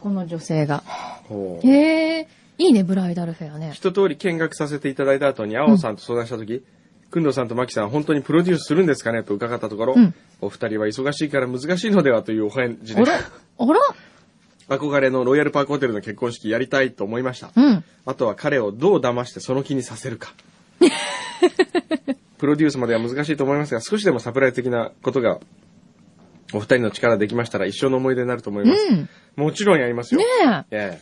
S4: この女性が。
S3: おー
S4: へえ、いいね、ブライダルフェアね。
S3: 一通り見学させていただいた後に、青さんと相談した時、くんどうさんとまきさんは本当にプロデュースするんですかねと伺ったところ、
S4: うん
S3: お二人は忙しいから難しいのではというお返
S4: あ
S3: 事で
S4: ら、あら、
S3: 憧れのロイヤルパークホテルの結婚式やりたいと思いました。
S4: うん。
S3: あとは彼をどう騙してその気にさせ るか。プロデュースまでは難しいと思いますが、少しでもサプライズ的なことが、お二人の力でできましたら一生の思い出になると思います。
S4: うん
S3: もちろんやりますよ。
S4: ねえ、
S3: え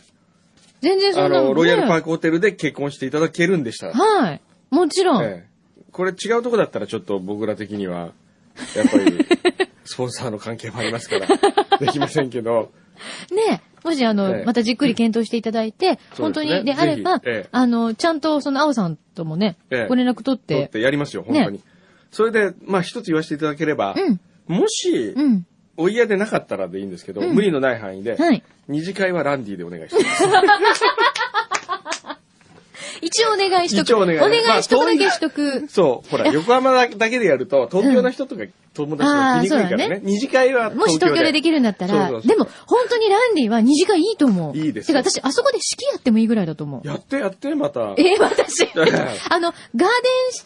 S4: 全然
S3: え
S4: そ
S3: あ
S4: んな
S3: の、ロイヤルパー
S4: ク。
S3: クホテルで結婚していただけるんでしたら。
S4: はい。もちろん。
S3: ええこれ違うとこだったらちょっと僕ら的には、やっ ぱり、スポンサーの関係もありますから、できませんけど、
S4: ねもしあの、
S3: ええ
S4: またじっくり検討していただいて、
S3: そ
S4: 本
S3: うです
S4: 当
S3: ね
S4: にであれば、
S3: ぜひええ
S4: あの、ちゃんとその青さんともね、
S3: ええ
S4: ご連絡取っ
S3: 取
S4: て
S3: っ、てやりますよ、本当に。それで、まあ一つ言わせていただければ、
S4: うん、
S3: もし、
S4: うん、
S3: お嫌でなかったらでいいんですけど、
S4: うん
S3: 無理のない範囲で、
S4: はい。
S3: 二次会はランディでお願いし ます。
S4: 一応お願いしとく。
S3: 一応お願い
S4: しとく
S3: まあ
S4: だけしとく。
S3: そう、ほら、 横浜だけでやると、東京の人とか友達が来にくいから
S4: あーそうだね
S3: ね。二次会は
S4: もし
S3: 東京
S4: 東
S3: で。
S4: 京でできるんだったら、
S3: そうそうそう
S4: でも、本当にランディは二次会いいと思う。
S3: いいです
S4: て
S3: よ
S4: か私、あそこで式やってもいいぐらいだと思う。
S3: やってやって、また。
S4: ええ私、
S3: え
S4: あの、ガーデンし、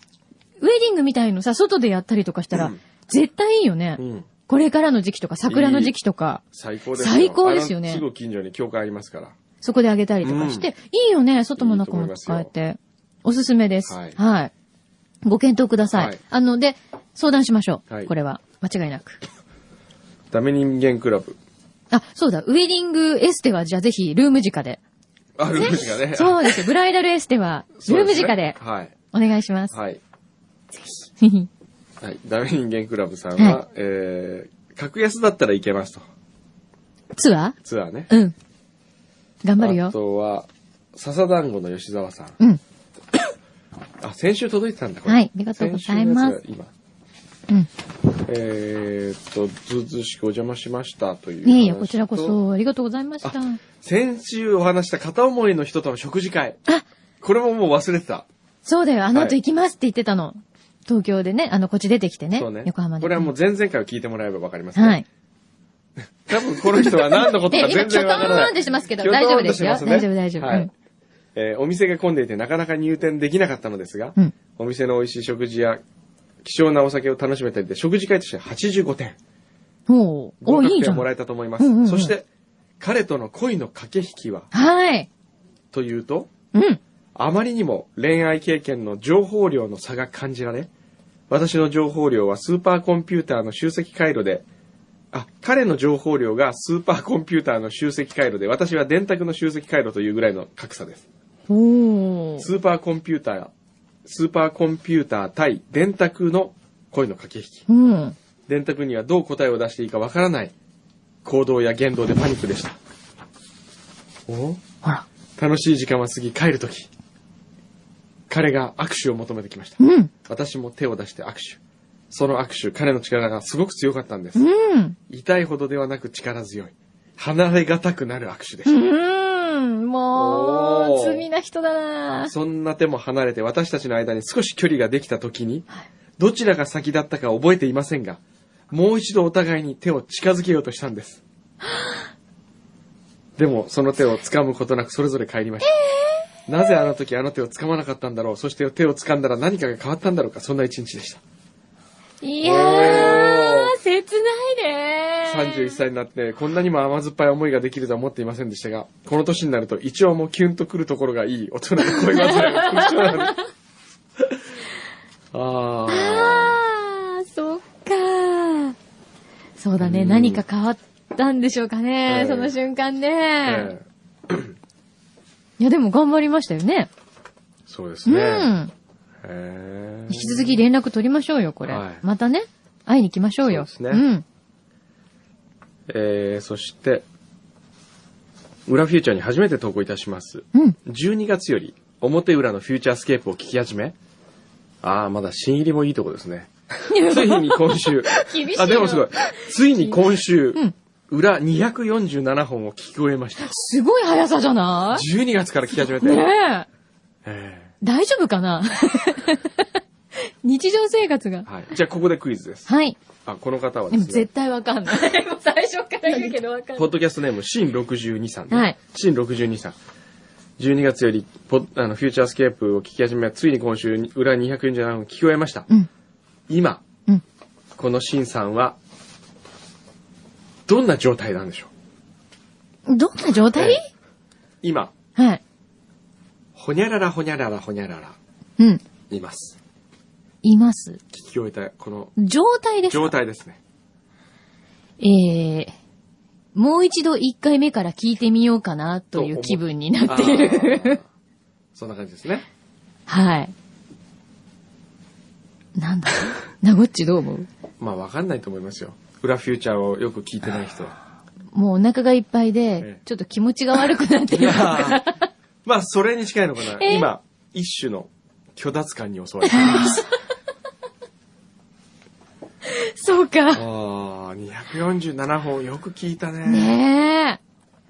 S4: ウェディングみたいのさ、外でやったりとかしたら、絶対いいよね、
S3: うん
S4: これからの時期とか、桜の時期とか、
S3: 最高ですよ。
S4: 最高ですよね
S3: あのすぐ近所に教会ありますから。
S4: そこであげたりとかして、いいよね、外も中も使えて。おすすめです、は。
S3: はいい
S4: ご検討ください。
S3: はい
S4: あの、で、相談しましょう。
S3: はい
S4: これは。間違いなく。
S3: ダメ人間クラブ。
S4: あ、そうだ、ウェディングエステは、じゃあぜひ、ルーム直で。
S3: あるんですかね。
S4: そうですよ、ブライダルエステは、
S3: そ
S4: ルー
S3: う
S4: ム
S3: ですね
S4: 直で、
S3: はい。
S4: お願いします。
S3: はい。はい、ダメ人間クラブさんは、
S4: は
S3: えー、格安だったらいけますと。
S4: ツア
S3: ツアーね。
S4: ーうん。頑張る
S3: あ
S4: よ。
S3: とは、笹団子の吉沢さん。
S4: うん。
S3: あ、先週届いてたんだ、これ。
S4: はいありがとうございます
S3: 先週のやつが
S4: うん
S3: 今。えーっと、ずうずうしくお邪魔しましたという話と。
S4: いえいえ、こちらこそありがとうございました。
S3: 先週お話した片思いの人との食事会。
S4: あ
S3: これももう忘れてた。
S4: そうだよ、あの後行きますって言ってたの。東京でね、あの、こっち出てきてね
S3: そうね。。
S4: 横浜で。
S3: これはもう前々回を聞いてもらえばわかりますね。
S4: はい。
S3: 多分この人は何のことか
S4: え、今、
S3: 全
S4: キョ
S3: 然
S4: ト
S3: わから
S4: ー
S3: な
S4: ン
S3: い。
S4: ってしますけど、
S3: キョトーン
S4: 大丈夫ですよ。
S3: としますね
S4: 大丈夫、大丈夫。
S3: は
S4: う
S3: い
S4: ん。
S3: えーお店が混んでいてなかなか入店できなかったのですが、
S4: うん
S3: お店の美味しい食事や貴重なお酒を楽しめたりで、食事会として85点。
S4: おうお
S3: 合
S4: う、い
S3: 格
S4: いじゃ
S3: 点
S4: ん
S3: も。らえたと思います。
S4: うんうんうん
S3: そして、彼との恋の駆け引きは、
S4: はい。
S3: というと、
S4: うん。
S3: あまりにも恋愛経験の情報量の差が感じられ、私の情報量はスーパーコンピューターの集積回路で、あ、彼の情報量がスーパーコンピューターの集積回路で、私は電卓の集積回路というぐらいの格差です。
S4: おー
S3: スーパーコンピューター、スーパーコンピューター対電卓の恋の駆け引き。
S4: うん。
S3: 電卓にはどう答えを出していいかわからない行動や言動でパニックでした。お
S4: ほら。
S3: 楽しい時間は過ぎ帰るとき、彼が握手を求めてきました。
S4: うん。
S3: 私も手を出して握手。その握手、彼の力がすごく強かったんです。
S4: うん。
S3: 痛いほどではなく力強い。離れがたくなる握手でした。
S4: うん。も
S3: おー
S4: う、罪な人だな
S3: そんな手も離れて私たちの間に少し距離ができたときに、どちらが先だったか覚えていませんが、もう一度お互いに手を近づけようとしたんです。でも、その手を掴むことなくそれぞれ帰りました。なぜあの時あの手を掴まなかったんだろう、そして手を掴んだら何かが変わったんだろうか、そんな一日でした。
S4: いや
S3: お
S4: ー、切ないね
S3: 31歳になって、こんなにも甘酸っぱい思いができるとは思っていませんでしたが、この年になると一応もうキュンとくるところがいい大人の恋煩いが特徴なの。ああ。
S4: あー、そっかそうだね、何か変わったんでしょうか
S3: え
S4: ね
S3: え、
S4: その瞬間
S3: え
S4: ね
S3: え。
S4: いや、でも頑張りましたよね。
S3: そうです
S4: う
S3: ね。
S4: ん。
S3: へー
S4: 引き続き連絡取りましょうよ、これ
S3: はい。
S4: またね、会いに行きましょうよ。
S3: そうですね
S4: ん。
S3: えー、そして、裏フューチャーに初めて投稿いたします。
S4: うん。
S3: 12月より、表裏のフューチャースケープを聞き始め、ああ、まだ新入りもいいとこで すね。ついに今週、
S4: 厳しいな
S3: あ、でもすごい。ついに今週、
S4: ん
S3: 裏247本を聞き終えました。
S4: すごい速さじゃな
S3: 12月から聞き始め
S4: い
S3: て。
S4: ねえ。
S3: え
S4: 大丈夫かな 日常生活が
S3: ー。はい。じゃあ、ここでクイズです。
S4: はい。
S3: あ、この方は
S4: で
S3: で
S4: も
S3: すね
S4: 絶、対わかんない。 もう最初から言うけどわ かん
S3: ポ
S4: ない。
S3: ッドキャストネーム、シン62さん、
S4: はい。
S3: シン62さん。12月よりポッあの、フューチャースケープを聞き始め、ついに今週、裏247本聞き終えました。
S4: うん
S3: 今、
S4: うん
S3: このシンさんは、どんな状態なんでしょう
S4: どんな状態
S3: え今、
S4: はい。
S3: ほにゃららほにゃららほにゃらら、
S4: うん。
S3: います。
S4: います。
S3: 聞き終えた、この
S4: 状態ですか
S3: 状態ですね。
S4: えー、もう一度一回目から聞いてみようかなという気分にな
S3: あ
S4: っている。
S3: ーそんな感じですね。
S4: はい。なんだろうなごっちどう思う
S3: まあ、わかんないと思いますよ。裏フューチャーをよく聞いてない人は。
S4: もうお腹がいっぱい
S3: え
S4: で
S3: え、
S4: ちょっと気持ちが悪くなって
S3: い
S4: る
S3: や。ーまあ、それに近いのかな。今、一種の虚脱感に襲われています。
S4: そう
S3: あ
S4: か。
S3: あ、247本よく聞いたね。
S4: ねえ。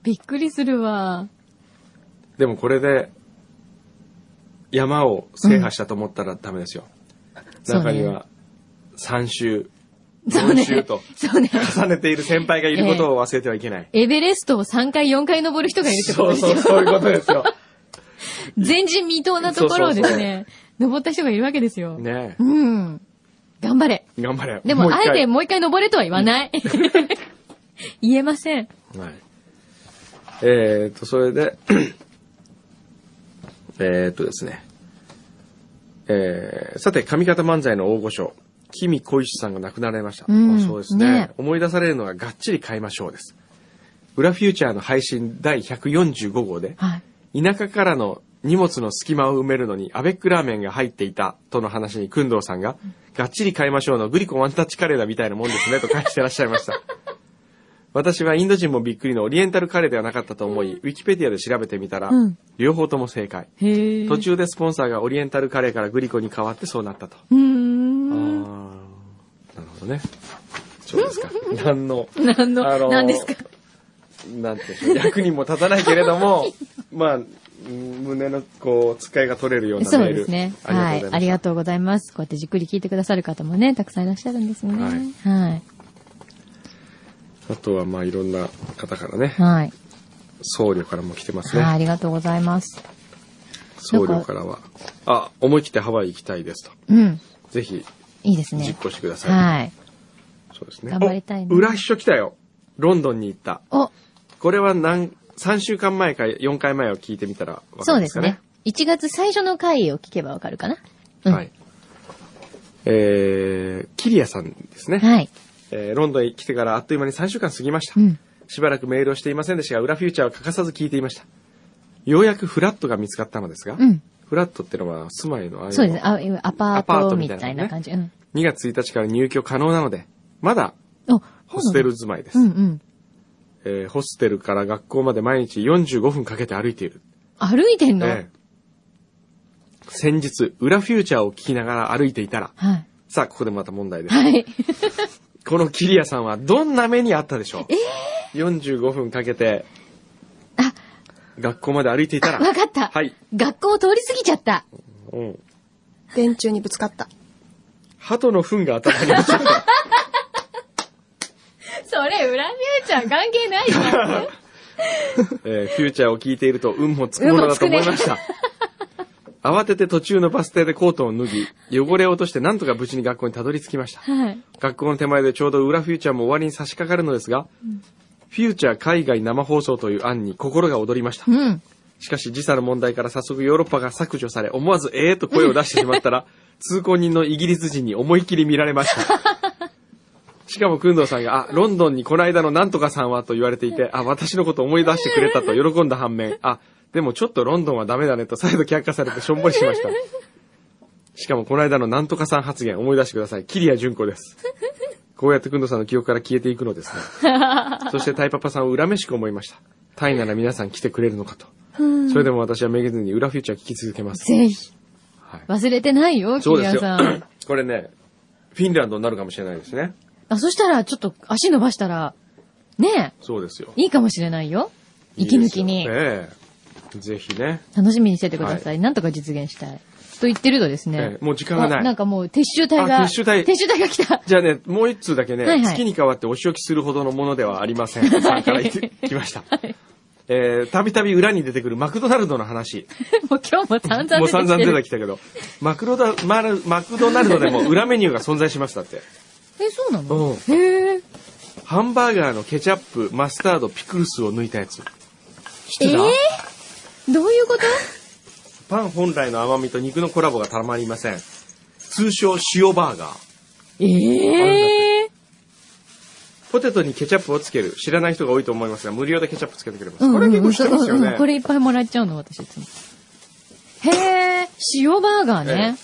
S4: びっくりするわ。
S3: でもこれで、山を制覇したと思ったらダメですよ。
S4: そうね
S3: 中には、3週、
S4: そう
S3: 4
S4: ね
S3: 週と、
S4: そうね。
S3: 重ねている先輩がいることを忘れてはいけない。
S4: エベレストを3回4回登る人がいるってこ
S3: そ
S4: と
S3: う
S4: ですよ。
S3: そう、そういうことですよ。
S4: 前人未到なところをです
S3: そ
S4: ね、登った人がいるわけですよ。
S3: ね
S4: うん。頑張れ。
S3: え。頑張れ。
S4: でも、
S3: う一
S4: あ
S3: 回
S4: えてもう一回登れとは言わない。 言えません。
S3: はい。えー、と、それで、 えー、とですね。えー、さて、上方漫才の大御所、君小石さんが亡くなられました。
S4: うん
S3: あそうですね
S4: ね
S3: 思い出されるのががっちり買いましょうです。裏フューチャーの配信第145号で、
S4: はい。
S3: 田舎からの荷物の隙間を埋めるのにアベックラーメンが入っていたとの話に、くんどうさんが、がっちり買いましょうのグリコワンタッチカレーだみたいなもんですねと返してらっしゃいました。 私はインド人もびっくりのオリエンタルカレーではなかったと思い、ウィキペディアで調べてみたら、
S4: うん
S3: 両方とも正解。
S4: へえ。
S3: 途中でスポンサーがオリエンタルカレーからグリコに変わってそうなったと。
S4: うー
S3: あー
S4: ん。
S3: なるほどね。そうで すか。何の、
S4: 何
S3: あの
S4: の、
S3: ー
S4: 何ですか
S3: なんていうんで しょう役にも立たないけれども、まあ、うん胸の、こう、使いが取れるような
S4: そ
S3: メール。
S4: うですね。はい。あ
S3: あり
S4: り
S3: が
S4: がとうございます。こうやってじっくり聞いてくださる方もね、たくさんいらっしゃるんですよね。はい。
S3: とうございます。あとは、まあ、いろんな方からね、
S4: はい。
S3: 僧侶からも来てます
S4: はい。あ
S3: ね。
S4: りがとうございます。
S3: 僧侶からは、あ、思い切ってハワイ行きたいですと。
S4: うん。
S3: ぜひ、
S4: いいです
S3: 実
S4: ね。
S3: 行してください。
S4: はい。
S3: そうですね。
S4: 頑張りたいね
S3: お裏秘書来たよ。ロンドンに行った。
S4: お、
S3: これは何、3週間前か4回前を聞いてみたらわか
S4: そ
S3: る
S4: うん
S3: で
S4: ですす
S3: か
S4: ね
S3: ね。。
S4: 1月最初の回を聞けばわかるかな。うん
S3: はい。えー、キリアさんですね。
S4: はい。
S3: えーロンドンへ来てからあっという間に3週間過ぎました。
S4: うん。
S3: しばらくメールをしていませんでしたが、裏フューチャーは欠かさず聞いていました。ようやくフラットが見つかったのですが、
S4: うん。
S3: フラットってのは住まいのああい
S4: そうです
S3: う
S4: ね。
S3: の
S4: あ今アパ
S3: アパ
S4: ー
S3: ート
S4: トみ
S3: みたいな
S4: た
S3: ね
S4: いな感じ。うん。
S3: 2月1日から入居可能なので、まだ
S4: お、
S3: ホステル住まいです。
S4: そうなんだ。うんうん。
S3: えーホステルから学校まで毎日45分かけて歩いている。
S4: 歩いてんの
S3: ええ先日、裏フューチャーを聞きながら歩いていたら、
S4: はい。
S3: さあ、ここでまた問題です。
S4: はい。
S3: このキリアさんはどんな目にあったでしょう、?45 分かけて、
S4: あ
S3: 学校まで歩いていたら、
S4: わかった。
S3: はい。
S4: 学校を通り過ぎちゃ った。
S3: うん。
S2: 電柱にぶつかった。
S3: 鳩の糞が頭に落 ちてた。
S4: それ、裏ミューちゃん関係ないよ。
S3: えーフューチャーを聞いていると、運もつくものだと思いました。慌てて途中のバス停でコートを脱ぎ、汚れを落としてなんとか無事に学校にたどり着きました。
S4: はい。
S3: 学校の手前でちょうど裏フューチャーも終わりに差し掛かるのですが、フューチャー海外生放送という案に心が躍りました。
S4: うん。
S3: しかし時差の問題から早速ヨーロッパが削除され、思わずええと声を出してし まったら、通行人のイギリス人に思いっきり見られました。しかも、くんどうさんが、あ、ロンドンにこの間のなんとかさんはと言われていて、あ、私のこと思い出してくれたと喜んだ反面、あ、でもちょっとロンドンはダメだねと再度却下されてしょんぼりしました。しかも、この間のなんとかさん発言思い出してください。キリア純 子です。こうやってくんどうさんの記憶から消えていくのですね。そしてタイパパさんを恨めしく思いました。タイなら皆さん来てくれるのかと。それでも私はめげずに裏フューチャー聞き続けます。
S4: ぜひ。
S3: はい
S4: 忘れてないよ、キ
S3: そう
S4: リ
S3: です
S4: ア
S3: よ
S4: さん。。
S3: これね、フィンランドになるかもしれないですね。
S4: あ、そしたら、ちょっと足伸ばしたら、ね
S3: そうですよ
S4: え、。いいかもしれないよ。息抜き
S3: いい
S4: に。
S3: ですよええぜひね。
S4: 楽しみにしててください。なんとか実現したい。と言ってるとですね
S3: ええ。もう時間がない
S4: あなんかもう撤収隊が。
S3: あ撤収隊
S4: 撤収隊が来た。
S3: じゃあね、もう一通だけね、
S4: はいはい
S3: 月に代わってお仕置きするほどのものではあり ません。さんから言ってきました。えーたびたび裏に出てくるマクドナルドの話。
S4: もう今日も散々出てきてる。
S3: もう散々出てきたけど、マクロダ、マル、マクドナルドでも 裏メニューが存在しましたって。
S4: え、そうな
S3: う
S4: の
S3: ん
S4: へえ。
S3: ハンバーガーのケチャップ、マスタード、ピクルスを抜いたやつ。知って
S4: え
S3: た、
S4: ーどういうこと
S3: パン本来の甘みと肉のコラボがたまりません。通称塩バーガー。
S4: ええ。
S3: ポテトにケチャップをつける。知らない人が多いと思いますが、無料でケチャップつけてくれます。
S4: うん
S3: これ結構知ってますよ
S4: うんうん
S3: ね。
S4: これいっぱいもらっちゃうの、私いつも。へえ、塩バーガーね。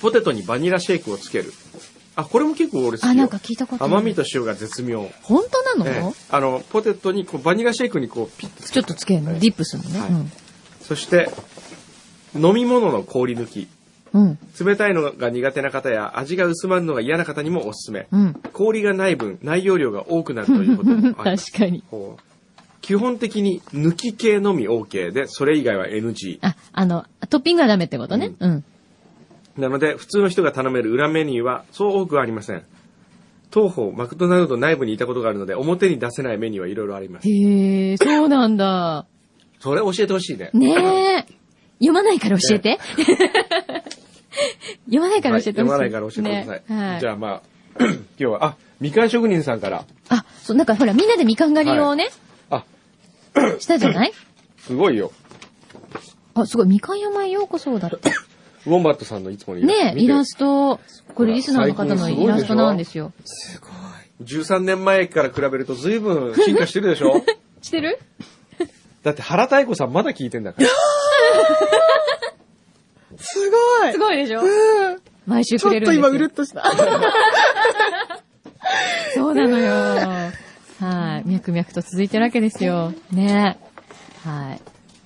S3: ポテトにバニラシェイクをつける。あ、これも結構俺好きよ。
S4: あ、なんか聞いたことある。
S3: 甘みと塩が絶妙。
S4: 本当なの、
S3: ええあの、ポテトにこう、バニラシェイクにこう、ピッとつけ
S4: ちょっとつける
S3: は
S4: の、
S3: い
S4: ディップするのね。
S3: はいそして、飲み物の氷抜き。
S4: うん。うん。
S3: 冷たいのが苦手な方や、味が薄まるのが嫌な方にもおすすめ。
S4: うん。
S3: 氷がない分、内容量が多くなるということもあります
S4: 確かに。
S3: こう基本的に抜き系のみ OK で、それ以外は NG。
S4: あ、あの、トッピングはダメってことね。うん。
S3: なので、普通の人が頼める裏メニューは、そう多くはありません。当方、マクドナルド内部にいたことがあるので、表に出せないメニューはいろいろあります。
S4: へえ、そうなんだ。
S3: それ教えてほしいね。
S4: ねえ。読まないから教えて。 読まないから教えて
S3: は
S4: ほしい。
S3: い読まないから教えてください。
S4: ねはい。
S3: じゃあまあ、 今日は、あ、みかん職人さんから、
S4: あ、そう、なんかほら、みんなでみかん狩りをね、
S3: あ、
S4: したじゃない
S3: すごいよ。
S4: あ、すごい、みかん山へようこそだって。
S3: ウォンバットさんのいつもの
S4: ねえ、イラスト、これ
S3: ほら
S4: リスナーの方のイラストなんですよ。
S3: すごい。13年前から比べると随分進 化してるでしょ
S4: してる
S3: だって原太鼓さんまだ聞いてんだから。
S2: すごい
S4: すごいでしょ毎週
S2: ちょ
S4: くれ
S2: っ
S4: るん
S2: と
S4: ですよ
S2: 今うるっとした。
S4: そうなのよ。はい。脈々と続いてるわけですよ。ねはい。っ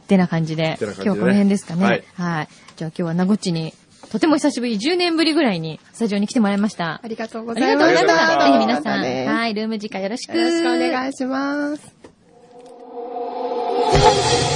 S4: てな感じで、
S3: て
S4: 今
S3: な
S4: 日
S3: 感じでね
S4: この辺ですかね。は
S3: はいい。
S4: じゃあ今日はなごっちに、とても久しぶり、10年ぶりぐらいにスタジオに来てもらいました。
S2: ありがとう ご
S4: あ
S2: ざ
S4: りが
S2: い
S4: とうござ
S2: まし
S4: いました。
S2: た。
S4: ぜひ皆さ
S2: また
S4: ん、
S2: ね
S4: はい、ルーム時間よろしく。
S2: よろしくお願いします。
S4: 「